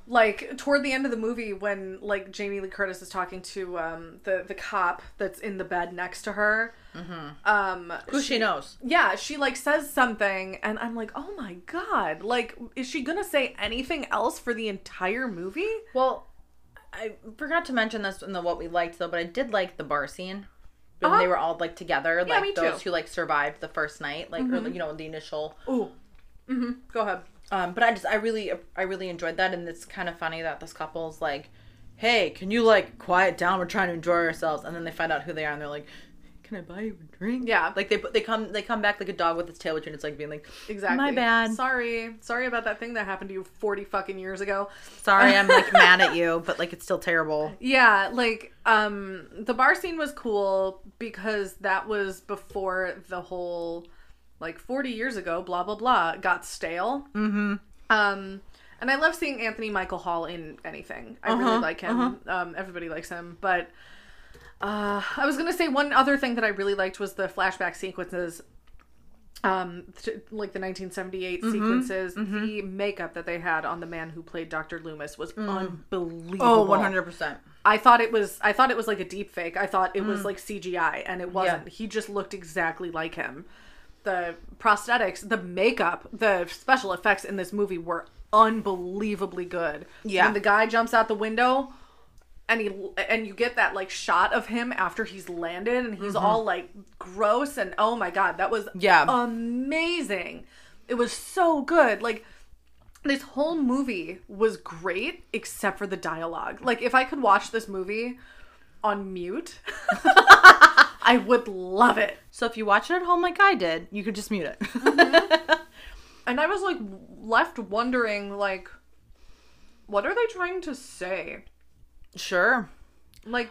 A: like toward the end of the movie when like Jamie Lee Curtis is talking to um the the cop that's in the bed next to her.
E: Mm-hmm.
A: Um
E: Who she knows.
A: yeah, she like says something, and I'm like, oh my god, like, is she gonna say anything else for the entire movie?
E: Well, I forgot to mention this in the what we liked though, but I did like the bar scene when
A: Uh-huh.
E: they were all like together,
A: Yeah,
E: like
A: me
E: those
A: too. Mm-hmm.
E: who like survived the first night, like or, you know the initial.
A: Ooh, mm-hmm. go ahead.
E: Um, but I just I really I really enjoyed that, and it's kind of funny that this couple's like, "Hey, can you like quiet down? We're trying to enjoy ourselves," and then they find out who they are, and they're like, "Can I buy you a drink?"
A: Yeah.
E: like they put they come they come back like a dog with its tail between its like being like,
A: Exactly.
E: My bad.
A: Sorry. Sorry about that thing that happened to you 40 fucking years ago.
E: "Sorry, I'm like mad at you, but like it's still terrible."
A: Yeah, like um the bar scene was cool because that was before the whole like 40 years ago blah blah blah got stale. Mhm. Um and I love seeing Anthony Michael Hall in anything. I really like him. Um everybody likes him, but uh I was going to say one other thing that I really liked was the flashback sequences um th- like the 1978 sequences the makeup that they had on the man who played Dr. Loomis was unbelievable.
E: Oh, 100 percent.
A: I thought it was I thought it was like a deep fake. I thought it was like CGI and it wasn't. He just looked exactly like him. The prosthetics, the makeup, the special effects in this movie were unbelievably good.
E: Yeah.
A: When the guy jumps out the window and he and you get that like shot of him after he's landed and he's all like gross and oh my god, that was
E: Yeah.
A: amazing. It was so good. Like this whole movie was great except for the dialogue. Like if I could watch this movie on mute, I would love it.
E: So if you watch it at home like I did, you could just mute it.
A: And I was like left wondering like what are they trying to say?
E: sure.
A: Like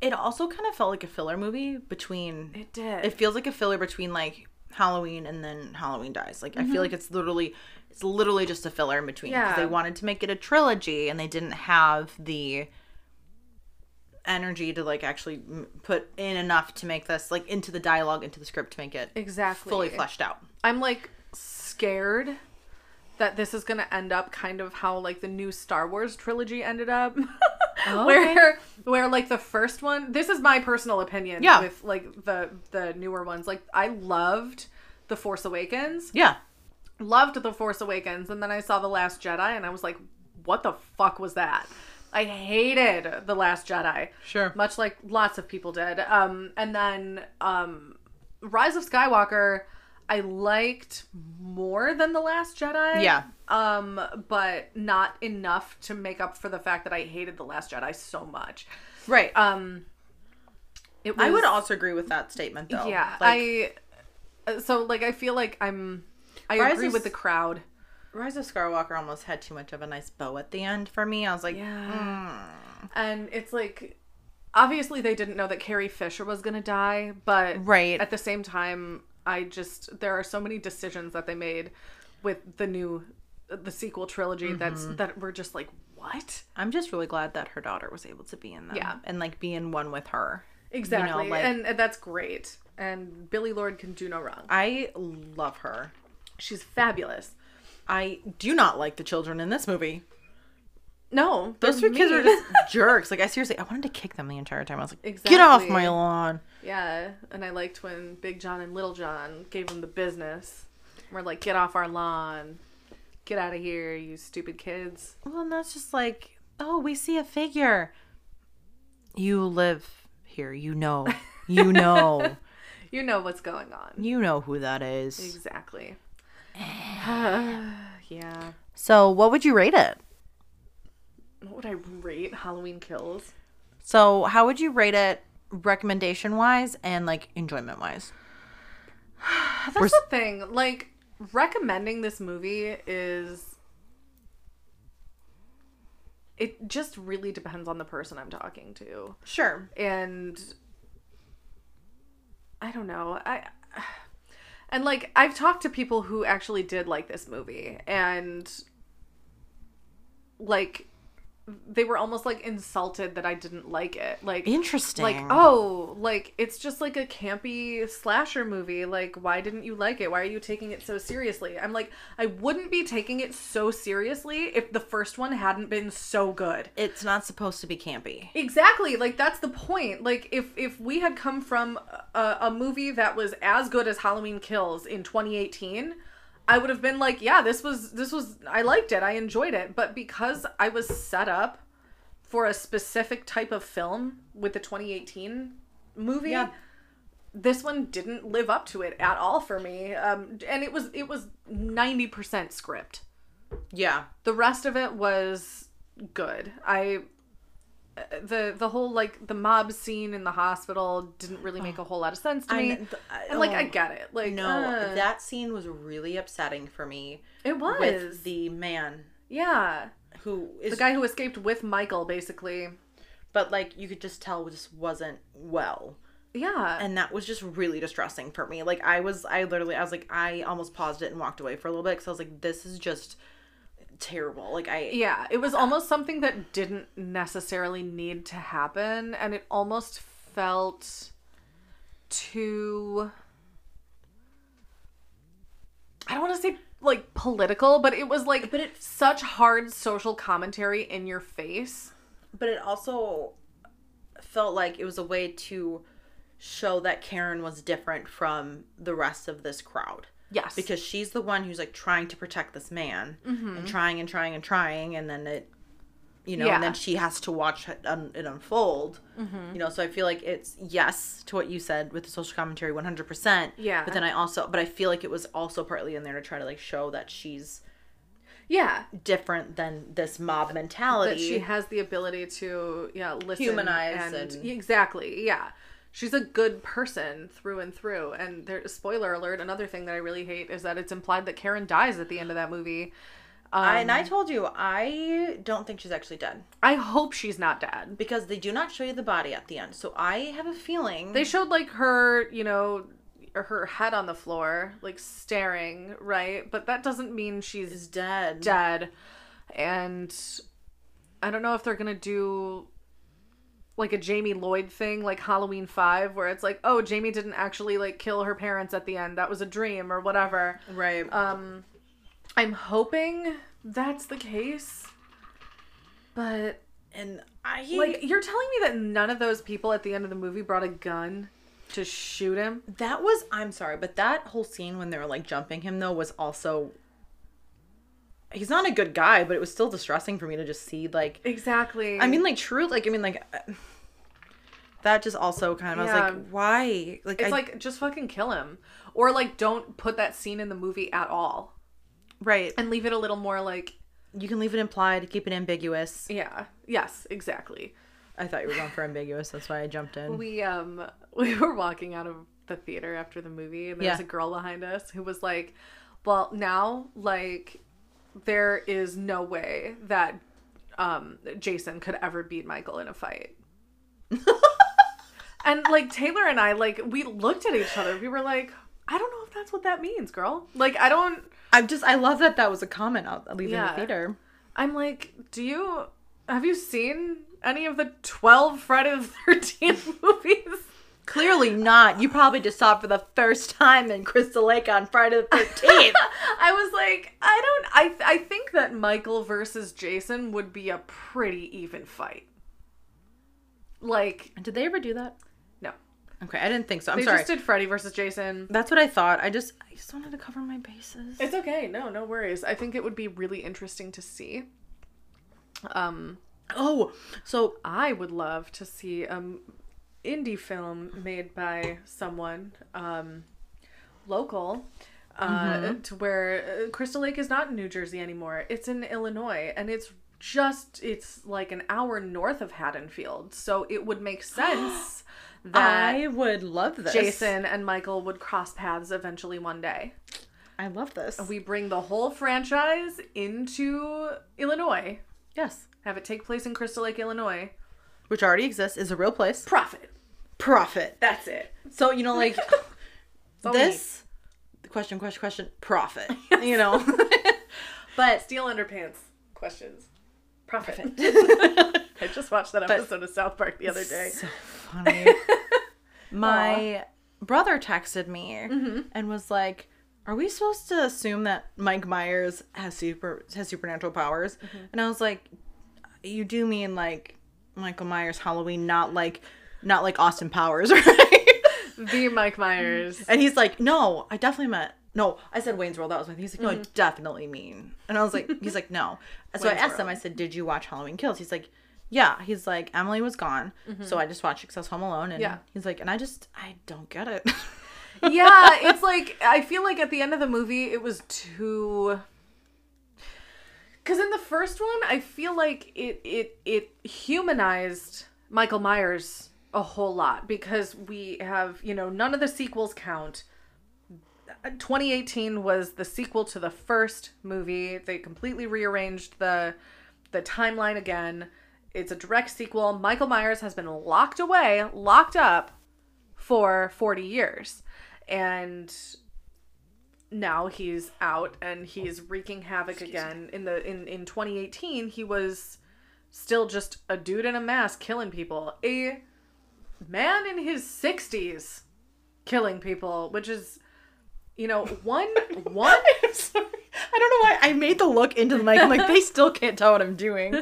E: It also kind of felt like a filler movie between
A: it did.
E: it feels like a filler between like Halloween and then Halloween dies. Like I feel like it's literally it's literally just a filler in between because
A: Mm-hmm. Yeah.
E: they wanted to make it a trilogy and they didn't have the energy to like actually m- put in enough to make this like into the dialogue into the script to make it
A: exactly.
E: fully fleshed out.
A: I'm like scared that this is going to end up kind of how like the new Star Wars trilogy ended up. where where like the first one, this is my personal opinion
E: Yeah.
A: with like the the newer ones. Like I loved The Force Awakens.
E: Yeah.
A: Loved The Force Awakens and then I saw The Last Jedi and I was like what the fuck was that? I hated The Last Jedi
E: Sure.
A: much like lots of people did. Um, and then um, Rise of Skywalker, I liked more than The Last Jedi.
E: Yeah.
A: Um, but not enough to make up for the fact that I hated The Last Jedi so much.
E: Right.
A: Um, it was,
E: I would also agree with that statement though.
A: yeah.
E: Like,
A: I uh, so like I feel like I'm. I
E: Rise
A: agree
E: is-
A: with the crowd.
E: Rise of Skywalker almost had too much of a nice bow at the end for me. I was like, Mm.
A: And it's like. Obviously, they didn't know that Carrie Fisher was going to die, but
E: right.
A: at the same time i just there are so many decisions that they made with the new the sequel trilogy that's
E: Mm-hmm.
A: that we're just like what
E: I'm just really glad that her daughter was able to be in them.
A: Yeah.
E: And like be in one with her.
A: exactly
E: like-
A: and, and that's great and billy lord can do no wrong
E: I love her.
A: she's fabulous
E: I do not like the children in this movie.
A: no
E: Those
A: they're
E: three kids are
A: mean.
E: just jerks. Like I seriously I wanted to kick them the entire time. I was like,
A: Exactly.
E: get off my lawn.
A: yeah and i liked when big john and little john gave them the business we're like get off our lawn get out of here you stupid kids
E: Well and that's just like, oh, we see a figure. You live here. You know. You know.
A: you know what's going on
E: you know who that is.
A: exactly yeah
E: So what would you rate it?
A: What would I rate Halloween Kills?
E: So how would you rate it recommendation wise and like enjoyment wise?
A: That's the thing. Like recommending this movie is it just really depends on the person I'm talking to.
E: Sure.
A: And I don't know. I and like I've talked to people who actually did like this movie and like they were almost like insulted that I didn't like it. Like
E: Interesting.
A: like oh like it's just like a campy slasher movie like why didn't you like it why are you taking it so seriously i'm like i wouldn't be taking it so seriously if the first one hadn't been so good
E: it's not supposed to be campy.
A: exactly like that's the point like if if we had come from a, a movie that was as good as halloween kills in 2018 i would have been like yeah this was this was i liked it i enjoyed it but because i was set up for a specific type of film with the 2018 movie
E: Yeah.
A: this one didn't live up to it at all for me um, and it was it was 90% script
E: Yeah.
A: the rest of it was good i uh, the the whole like the mob scene in the hospital didn't really make a whole lot of sense to
E: I
A: me
E: kn- th- I-
A: and like i
E: oh,
A: get it like
E: No,
A: uh,
E: that scene was really upsetting for me.
A: it was
E: With the man
A: yeah
E: who is
A: the guy who escaped with michael basically
E: but like you could just tell just wasn't well.
A: yeah
E: and that was just really distressing for me like i was i literally i was like i almost paused it and walked away for a little bit because i was like this is just terrible like i
A: yeah it was almost something that didn't necessarily need to happen and it almost felt too i don't want to say like political but it was like
E: But it-
A: such hard social commentary in your face
E: but it also felt like it was a way to show that karen was different from the rest of this crowd
A: yes
E: because she's the one who's like trying to protect this man
A: Mm-hmm.
E: and trying and trying and trying and then it you know
A: Yeah. Mm-hmm.
E: and then she has to watch it, un- it unfold you know so i feel like it's yes to what you said with the social commentary 100%
A: Yeah.
E: but then i also but i feel like it was also partly in there to try to like show that she's
A: yeah
E: different than this mob mentality
A: that she has the ability to yeah listen
E: Humanize and-
A: exactly yeah she's a good person through and through and there spoiler alert another thing that i really hate is that it's implied that karen dies at the end of that movie
E: I, and i told you i don't think she's actually dead
A: i hope she's not dead
E: because they do not show you the body at the end so i have a feeling
A: they showed like her you know her head on the floor like staring right but that doesn't mean she's
E: she's dead
A: dead and i don't know if they're gonna do like a jamie lloyd thing like halloween five where it's like oh jamie didn't actually like kill her parents at the end that was a dream or whatever
E: right
A: um i'm hoping that's the case but
E: and i
A: like you're telling me that none of those people at the end of the movie brought a gun to shoot him
E: That was I'm sorry, but that whole scene when they were like jumping him though was also He's not a good guy, but it was still distressing for me to just see like
A: exactly
E: I mean like true like I mean like uh, that just also kind of I was
A: Yeah.
E: like why like
A: it's
E: I,
A: like just fucking kill him or like don't put that scene in the movie at all
E: right
A: and leave it a little more like
E: you can leave it implied, keep it ambiguous.
A: yeah yes exactly
E: I thought you were going for ambiguous, that's why I jumped in.
A: we um we were walking out of the theater after the movie and there was a
E: Yeah.
A: girl behind us who was like well now like there is no way that um jason could ever beat michael in a fight and like taylor and i like we looked at each other we were like i don't know if that's what that means girl like i don't
E: I'm just I love that that was a comment out leaving
A: Yeah.
E: the theater.
A: I'm like, do you have you seen any of the twelve Friday the Thirteenth movies?
E: Clearly not. You probably just saw it for the first time in Crystal Lake on Friday the 13th.
A: I was like, I don't. I I think that Michael versus Jason would be a pretty even fight. Like,
E: Did they ever do that?
A: no,
E: Okay, I didn't think so. I'm
A: they
E: sorry.
A: just did Freddy versus Jason.
E: That's what I thought. I just I just wanted to cover my bases.
A: It's okay. No, no worries. I think it would be really interesting to see. Um,
E: Oh, so
A: I would love to see an indie film made by someone um, local uh, to where uh, Crystal Lake is not in New Jersey anymore. It's in Illinois and it's just it's like an hour north of Haddonfield. So it would make sense that
E: I would love this.
A: Jason and Michael would cross paths eventually one day.
E: I love this.
A: We bring the whole franchise into Illinois.
E: yes,
A: Have it take place in Crystal Lake, Illinois.
E: which already exists is a real place.
A: Profit.
E: Profit.
A: That's it.
E: So you know, like
A: all we
E: this. Question, question, question. Profit. You know, but
A: Steel underpants questions. Profit. I just watched that episode of South Park the other day.
E: so funny. My brother texted me
A: Mm-hmm.
E: and was like, "Are we supposed to assume that Mike Myers has super has supernatural powers?"
A: Mm-hmm.
E: And I was like, "You do mean like Michael Myers Halloween, not like not like Austin Powers, right?"
A: The Mike Myers.
E: and he's like, "No, I definitely meant." No, I said Wayne's World. That was my thing. He's like, no, I definitely mean. And I was like, he's like, no. And so I
A: Mm-hmm. Wayne's
E: asked him.
A: World.
E: I said, did you watch Halloween Kills? He's like, yeah. He's like, Emily was gone, so I just watched Success Home Alone. And
A: Mm-hmm. Yeah.
E: he's like, and I just, I don't get it.
A: yeah, it's like I feel like at the end of the movie it was too Because in the first one, I feel like it it it humanized Michael Myers a whole lot because we have you know none of the sequels count. 2018 was the sequel to the first movie. They completely rearranged the the timeline again. It's a direct sequel. Michael Myers has been locked away, locked up for 40 years. And now he's out and he's wreaking havoc again. In the in in 2018, he was still just a dude in a mask killing people. A man in his 60s killing people, which is you know, one one
E: I'm sorry. I don't know why I made the look into the mic. I'm like, they still can't tell what I'm doing.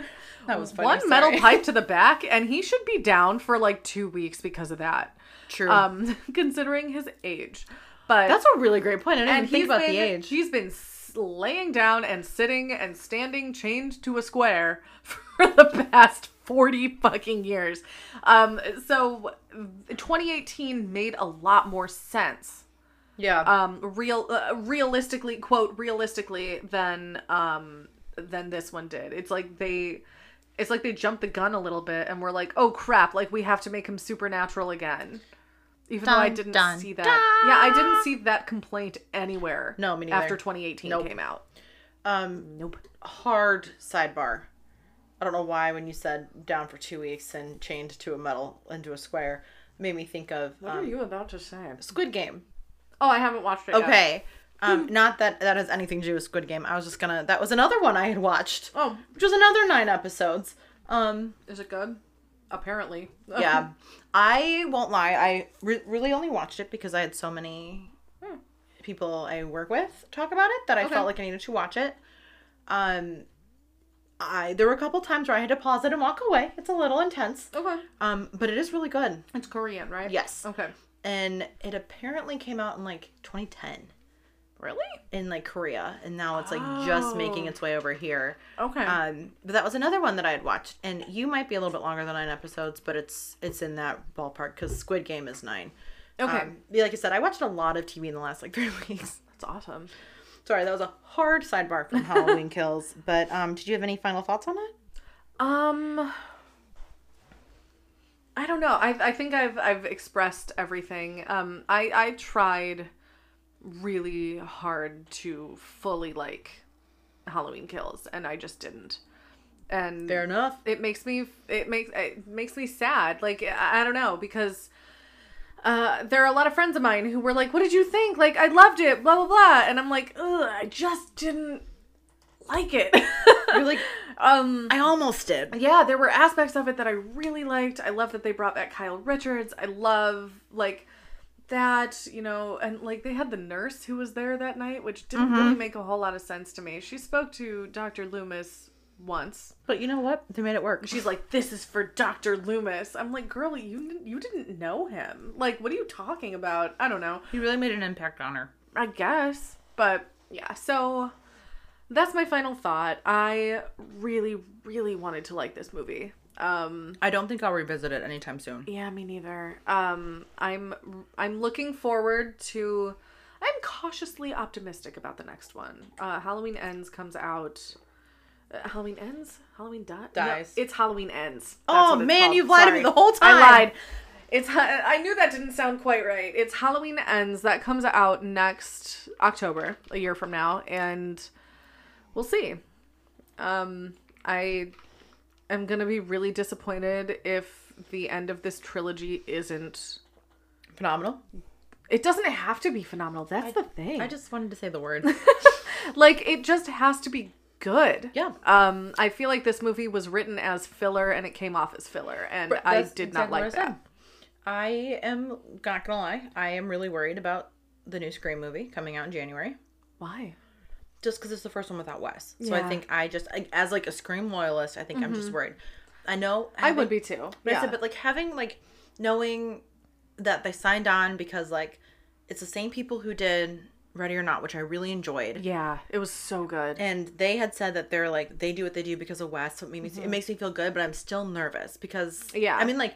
E: That was funny.
A: one metal
E: sorry.
A: pipe to the back and he should be down for like 2 weeks because of that.
E: True.
A: um, considering his age. But
E: That's a really great point. I didn't even think
A: he's
E: about
A: been,
E: the age.
A: He's been s- laying down and sitting and standing chained to a square for the past 40 fucking years. Um, so 2018 made a lot more sense.
E: yeah.
A: Um, real, uh, realistically, quote, realistically than, um, than this one did. It's like they, it's like they jumped the gun a little bit and were like, oh crap, like we have to make him supernatural again. Even though I
E: Dun,
A: didn't
E: dun,
A: see that. Yeah, I didn't see that complaint anywhere.
E: No, me neither.
A: After 2018
E: Nope.
A: came out.
E: um,
A: Nope.
E: hard sidebar. I don't know why when you said down for two weeks and chained to a metal into a square made me think of um,
A: you about to say?
E: Squid Game.
A: Oh, I haven't watched it. yet.
E: Okay. Um,
A: Hmm.
E: not that that has anything to do with Squid Game. I was just gonna. That was another one I had watched,
A: Oh,
E: which was another nine episodes. Um,
A: is it good? Apparently.
E: yeah, I won't lie. I re- really only watched it because I had so many people I work with talk about it that I
A: Hmm. Okay.
E: felt like I needed to watch it. Um, I there were a couple times where I had to pause it and walk away. It's a little intense.
A: okay.
E: Um, but it is really good,
A: It's Korean, right?
E: Yes.
A: Okay.
E: and it apparently came out in like 2010
A: Really?
E: in like Korea, and now it's like just making
A: Oh.
E: its way over here.
A: Okay.
E: Um, but that was another one that I had watched, and you might be a little bit longer than nine episodes, but it's it's in that ballpark because Squid Game is nine.
A: okay.
E: Um, yeah, like I said, I watched a lot of TV in the last like three weeks.
A: That's awesome.
E: Sorry, that was a hard sidebar from Halloween Kills. But um, did you have any final thoughts on it?
A: Um I don't know. I I think I've I've expressed everything. Um I I tried really hard to fully like Halloween kills and I just didn't. And
E: enough.
A: it makes me it makes it makes me sad like i, I don't know because uh, there are a lot of friends of mine who were like what did you think like i loved it blah blah blah and i'm like Ugh, i just didn't like it
E: You're like,
A: um
E: I almost did.
A: yeah there were aspects of it that i really liked i love that they brought back kyle richards i love like that you know and like they had the nurse who was there that night which didn't really make a whole lot of sense to me she spoke to dr loomis once
E: But you know what? They made it work.
A: She's like, "This is for Doctor Loomis." I'm like, "Girl, you didn't- you didn't know him. Like, what are you talking about? I don't know.
E: He really made an impact on her.
A: I guess, but yeah. So that's my final thought. I really, really wanted to like this movie. Um,
E: I don't think I'll revisit it anytime soon.
A: yeah, me neither. Um, I'm I'm looking forward to. I'm cautiously optimistic about the next one. Uh, Halloween Ends comes out. uh, Halloween ends. Halloween di-
E: Dies.
A: No, it's Halloween ends. That's
E: Oh,
A: what it's
E: man,
A: called.
E: you've lied to me
A: Sorry.
E: the whole time.
A: I lied. It's. ha- I knew that didn't sound quite right. It's Halloween ends that comes out next October, a year from now, and we'll see. Um, I am gonna be really disappointed if the end of this trilogy isn't.
E: Phenomenal.
A: It doesn't have to be phenomenal. That's the thing.
E: I just wanted to say the word.
A: like it just has to be good.
E: Yeah.
A: Um, I feel like this movie was written as filler and it came off as filler, and I
E: That's
A: did
E: exactly
A: not
E: what I
A: like
E: said.
A: that.
E: I am not gonna lie. I am really worried about the new Scream movie coming out in January.
A: Why?
E: just because it's the first one without Wes. So I
A: Yeah. Mm-hmm.
E: think I just I, as like a Scream loyalist, I think I'm just worried. I know
A: I would
E: having-
A: be too.
E: But, I said, but like having like knowing that they signed on because like it's the same people who did Ready or Not, which I really enjoyed.
A: yeah, it was so good.
E: And they had said that they're like they do what they do because of Wes. So it, made me, it makes me feel good, but I'm still nervous because
A: Mm-hmm. Yeah.
E: I mean like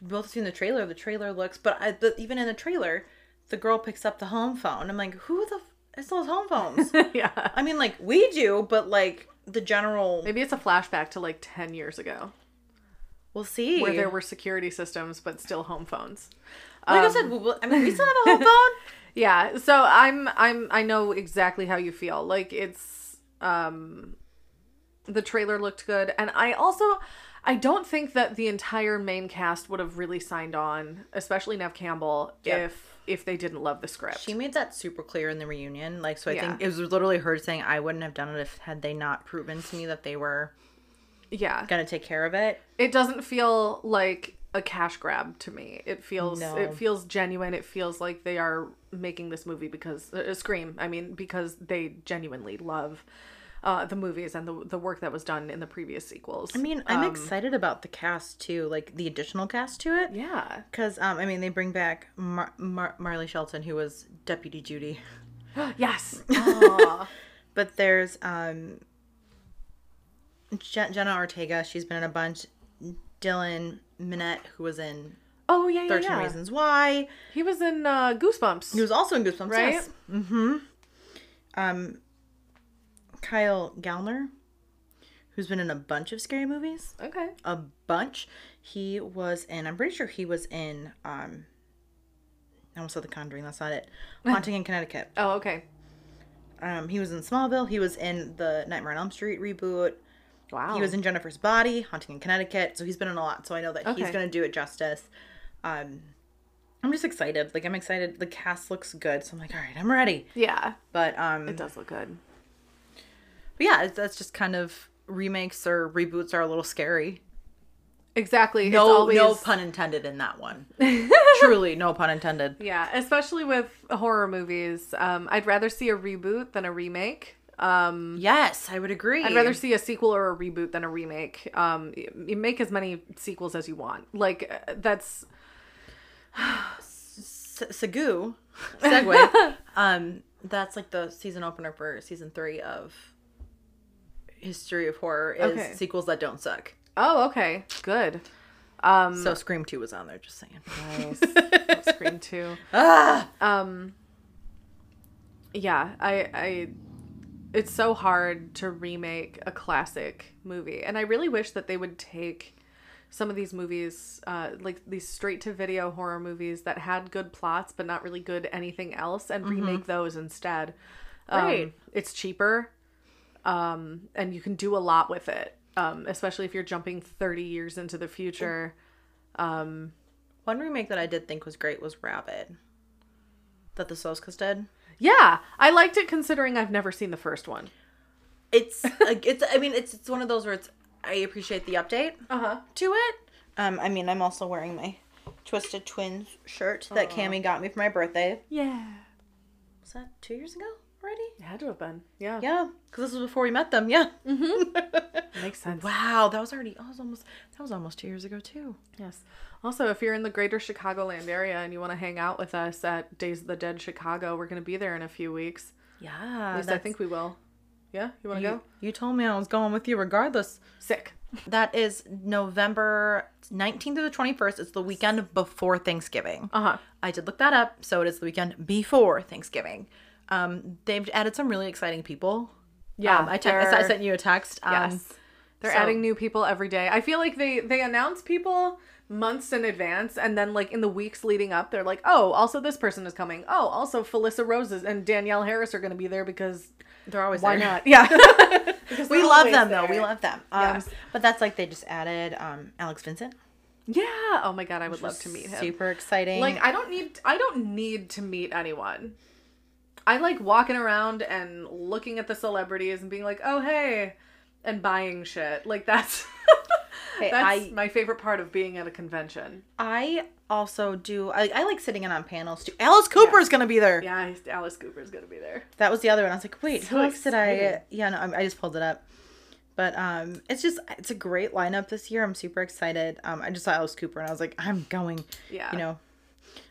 E: we've both seen the trailer. The trailer looks, but I but even in the trailer, the girl picks up the home phone. I'm like, who the f- is those home phones?
A: yeah.
E: I mean, like we do, but like the general.
A: Maybe it's a flashback to like 10 years ago
E: We'll see.
A: where there were security systems but still home phones.
E: like I
A: um,
E: said, we will, I mean, we still have a whole phone.
A: Yeah, so I'm I'm I know exactly how you feel. Like it's um the trailer looked good and I also I don't think that the entire main cast would have really signed on, especially Nev Campbell,
E: Yep.
A: if if they didn't love the script.
E: She made that super clear in the reunion. Like, so I think it
A: Yeah.
E: was literally her saying, "I wouldn't have done it if had they not proven to me that they were
A: yeah.
E: gonna take care of it."
A: It doesn't feel like a cash grab to me. It feels
E: No.
A: it feels genuine. It feels like they are making this movie because uh, Scream, I mean, because they genuinely love uh, the movies and the the work that was done in the previous sequels.
E: I mean, I'm
A: Um,
E: excited about the cast too, like the additional cast to it.
A: Yeah.
E: Because um, I mean, they bring back Mar- Mar- Marley Shelton, who was Deputy Judy.
A: Yes.
E: But there's um, Je- Jenna Ortega. She's been in a bunch. Dylan Minette, who was in
A: oh yeah, yeah.
E: Thirteen
A: yeah.
E: Reasons Why.
A: He was in uh, Goosebumps.
E: He was also in Goosebumps,
A: Right?
E: Yes. Mm-hmm. Um, Kyle Gallner, who's been in a bunch of scary movies,
A: okay.
E: a bunch. He was in. I'm pretty sure he was in. Um, I almost said The Conjuring. That's not it. Haunting in Connecticut.
A: Oh okay.
E: Um, he was in Smallville. He was in the Nightmare on Elm Street reboot.
A: Wow.
E: He was in Jennifer's Body, Haunting in Connecticut. So he's been in a lot. So I know that he's
A: Okay.
E: gonna do it justice. Um, I'm just excited. Like I'm excited. The cast looks good. So I'm like, all right, I'm ready.
A: Yeah.
E: But um,
A: It does look good.
E: But yeah, it's- that's just kind of remakes or reboots are a little scary.
A: Exactly. it's
E: No,
A: always-
E: no pun intended in that one. Truly, no pun intended.
A: Yeah, especially with horror movies. Um, I'd rather see a reboot than a remake. Um,
E: Yes, I would agree.
A: I'd rather see a sequel or a reboot than a remake. Um, y- you make as many sequels as you want. Like uh, that's
E: S- Segu segue. um, that's like the season opener for season three of History of Horror is
A: Okay.
E: sequels that don't suck.
A: oh okay good. Um,
E: so Scream Two was on there. Just saying.
A: Scream two. Um. Yeah, I, I, it's so hard to remake a classic movie, and I really wish that they would take some of these movies, uh, like these straight to video horror movies that had good plots but not really good anything else, and remake those instead. Um,
E: Right.
A: It's cheaper, um, and you can do a lot with it. Um, especially if you're jumping 30 years into the future.
E: One remake that I did think was great was Rabbit. That the Soskas did.
A: Yeah, I liked it considering I've never seen the first one.
E: it's like it's i mean it's it's one of those where it's i appreciate the update
A: Uh-huh.
E: to it um i mean i'm also wearing my twisted twins shirt that cami got me for my birthday
A: Yeah.
E: was that two years ago already
A: It had to have been. Yeah.
E: yeah because this was before we met them yeah
A: Mm. Makes sense.
E: wow that was already that was almost that was almost two years ago too
A: Yes. Also, if you're in the greater Chicagoland area and you want to hang out with us at Days of the Dead Chicago, we're going to be there in a few weeks.
E: yeah
A: At least I think we will. Yeah? You want to
E: Uh, you,
A: go?
E: you told me i was going with you regardless
A: Sick.
E: that is november 19th to the 21st it's the weekend before thanksgiving
A: Uh huh.
E: I did look that up. So it is the weekend before Thanksgiving. Um, they've added some really exciting people.
A: Yeah.
E: Um, I, te- I
A: they're-
E: sent you a text. Um,
A: Yes. They're
E: so-
A: adding new people every day. I feel like they they announce people months in advance and then like in the weeks leading up they're like, "Oh, also this person is coming. Oh, also Felissa Roses and Danielle Harris are going to be there because
E: They're always
A: why
E: there.
A: not?" Yeah.
E: We
A: they're
E: love
A: always
E: them though.
A: there.
E: We love them. Um,
A: Yes.
E: But that's like they just added um, Alex Vincent.
A: Yeah. Oh my god, I would love to meet him.
E: Super exciting.
A: Like I don't need I don't need to meet anyone. I like walking around and looking at the celebrities and being like, "Oh hey," and buying shit. Like that's
E: Hey,
A: that's
E: I-
A: my favorite part of being at a convention.
E: I also do. I, I like sitting in on panels too. Alice Cooper's gonna be there.
A: Yeah, he's- Alice Cooper's gonna be there.
E: That was the other one. I was like, wait,
A: So
E: who else did I?
A: exciting.
E: Yeah, no, I, I just pulled it up. But um, it's just it's a great lineup this year. I'm super excited. Um, I just saw Alice Cooper and I was like, I'm going.
A: Yeah.
E: You know,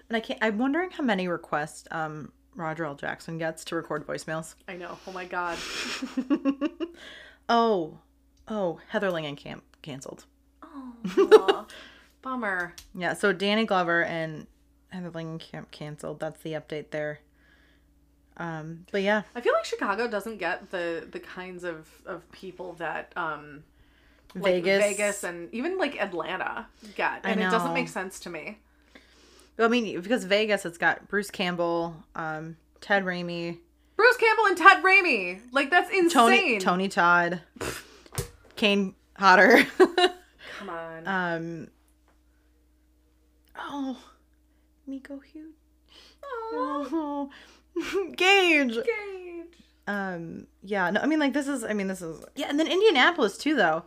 E: and I can't. I'm wondering how many requests um Roger L. Jackson gets to record voicemails.
A: I know. Oh my god.
E: Oh, oh, Heather Langenkamp canceled.
A: Aw, bummer.
E: Yeah, so Danny Glover and Heather Langenkamp canceled. That's the update there. Um, but yeah,
A: I feel like Chicago doesn't get the the kinds of of people that um like
E: Vegas.
A: Vegas and even like Atlanta get,
E: I
A: and it doesn't
E: know.
A: make sense to me.
E: I mean, because Vegas, it's got Bruce Campbell, um, Ted Raimi,
A: Bruce Campbell and Ted Raimi, like that's insane.
E: Tony, Tony Todd, Kane Hodder.
A: come on.
E: um, oh, Miko Hugh. Oh, Gage.
A: Gage.
E: Um, yeah, no, I mean, like this is, I mean, this is, yeah, and then Indianapolis too, though.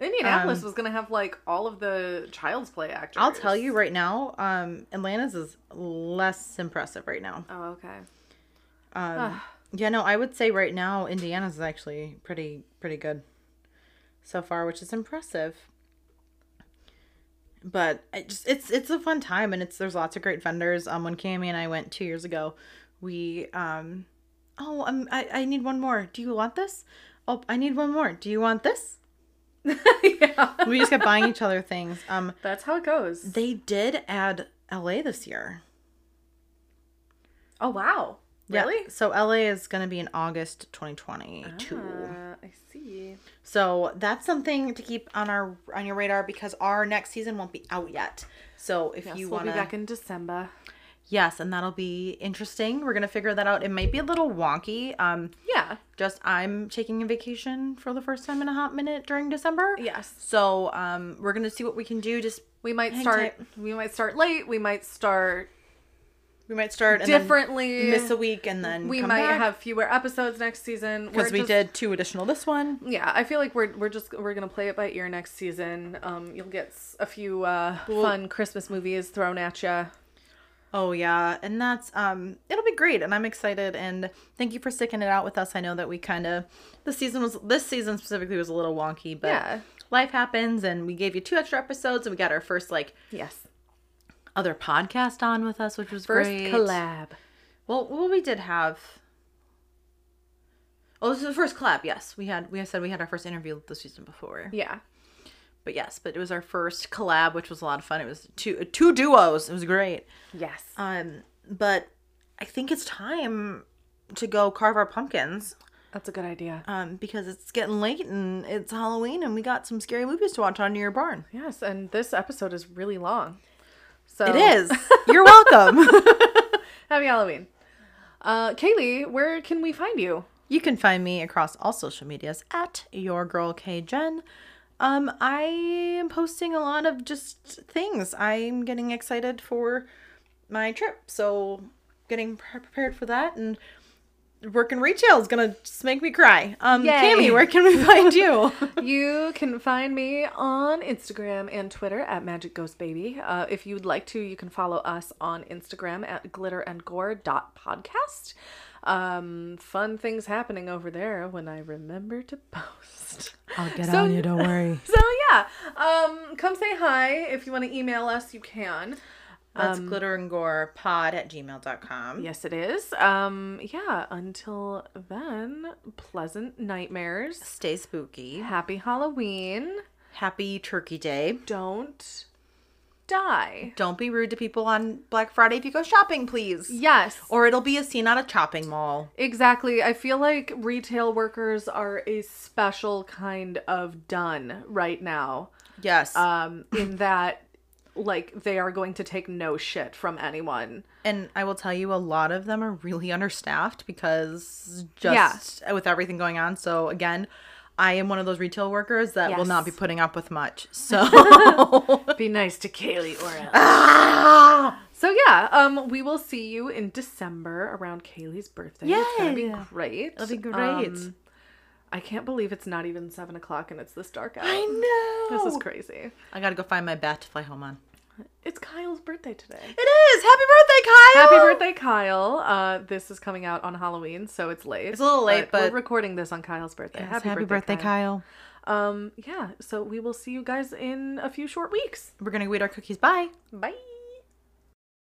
A: Indianapolis was gonna have like all of the Child's Play actors.
E: Um, I'll tell you right now, um, Atlanta's is less impressive right now.
A: Oh, okay.
E: Um, yeah, no, I would say right now Indiana's is actually pretty pretty good so far, which is impressive. But I just it's it's a fun time and it's there's lots of great vendors. Um, when Cami and I went two years ago, we um, oh um, I I need one more. Do you want this? Oh, I need one more. Do you want this?
A: yeah,
E: We just kept buying each other things. Um,
A: that's how it goes.
E: they did add LA this year.
A: oh wow,
E: Yeah,
A: really?
E: So LA is gonna be in August 2022.
A: Uh, I see.
E: So that's something to keep on our on your radar because our next season won't be out yet. So if
A: Yes,
E: you
A: we'll
E: want to,
A: be back in December.
E: yes, and that'll be interesting. We're gonna figure that out. It might be a little wonky. Um,
A: Yeah.
E: just I'm taking a vacation for the first time in a hot minute during December.
A: Yes.
E: So um, we're gonna see what we can do. Just
A: We might
E: Hang
A: start. We might start late. We might start
E: we might start and then
A: differently.
E: miss a week, and then
A: we
E: come
A: might
E: back
A: have fewer episodes next season
E: because
A: We're
E: we
A: just-
E: did two additional this one.
A: Yeah, I feel like we're we're just we're gonna play it by ear next season. Um, you'll get s- a few uh, fun Christmas movies thrown at you.
E: Oh yeah, and that's um it'll be great and I'm excited and thank you for sticking it out with us. I know that we kind of the season was this season specifically was a little wonky, but
A: Yeah.
E: life happens and we gave you two extra episodes and we got our first like
A: Yes.
E: other podcast on with us, which was
A: First
E: great.
A: collab.
E: Well, well we did have Oh, this is the first collab. Yes, we had we said we had our first interview the season before.
A: Yeah.
E: But yes, but it was our first collab, which was a lot of fun. It was two two duos. It was great.
A: Yes.
E: Um, but I think it's time to go carve our pumpkins
A: That's a good idea.
E: um, because it's getting late and it's Halloween and we got some scary movies to watch on your barn.
A: Yes, and this episode is really long. So
E: It is. You're welcome.
A: Happy Halloween. Uh, Kaylee, where can we find you?
E: you can find me across all social medias at your girl K Jen. Um, I am posting a lot of just things. I'm getting excited for my trip, so getting pre- prepared for that and working retail is gonna just make me cry. Um,
A: Yay.
E: Cami, where can we find you?
A: You can find me on Instagram and Twitter at Magic Ghost Baby. Uh, if you'd like to, you can follow us on Instagram at glitterandgore.podcast. Um, fun things happening over there when I remember to post. I'll get on you, don't worry. So yeah, um, come say hi. If you want to email us, you can.
E: That's glitter and gore pod at gmail.com.
A: Yes, it is. Um, yeah, until then, pleasant nightmares.
E: Stay spooky.
A: Happy Halloween.
E: Happy Turkey Day.
A: Don't die.
E: Don't be rude to people on Black Friday if you go shopping, please.
A: Yes. Or
E: Or it'll be a scene at a shopping mall.
A: exactly. I feel like retail workers are a special kind of done right now.
E: Yes.
A: Um, in that like they are going to take no shit from anyone.
E: and I will tell you, a lot of them are really understaffed because just with everything going on. So, again, I am one of those retail workers that will not be
A: Yes.
E: putting up with much. So,
A: Be nice to Kaylee or else. So yeah, um, we will see you in December around Kaylee's birthday. It's gonna be
E: Yay.
A: great.
E: it'll be great.
A: Um, I can't believe it's not even seven o'clock and it's this dark out.
E: I know.
A: This is crazy.
E: I gotta go find my bat to fly home on.
A: It's Kyle's birthday today.
E: It is! Happy birthday, Kyle!
A: Happy birthday, Kyle! Uh, this is coming out on Halloween, so it's late.
E: It's a little late, but-
A: we're recording this on Kyle's birthday.
E: Yes, happy, birthday, Kyle.
A: Um, yeah. So we will see you guys in a few short weeks.
E: We're gonna go eat our cookies. Bye.
A: Bye.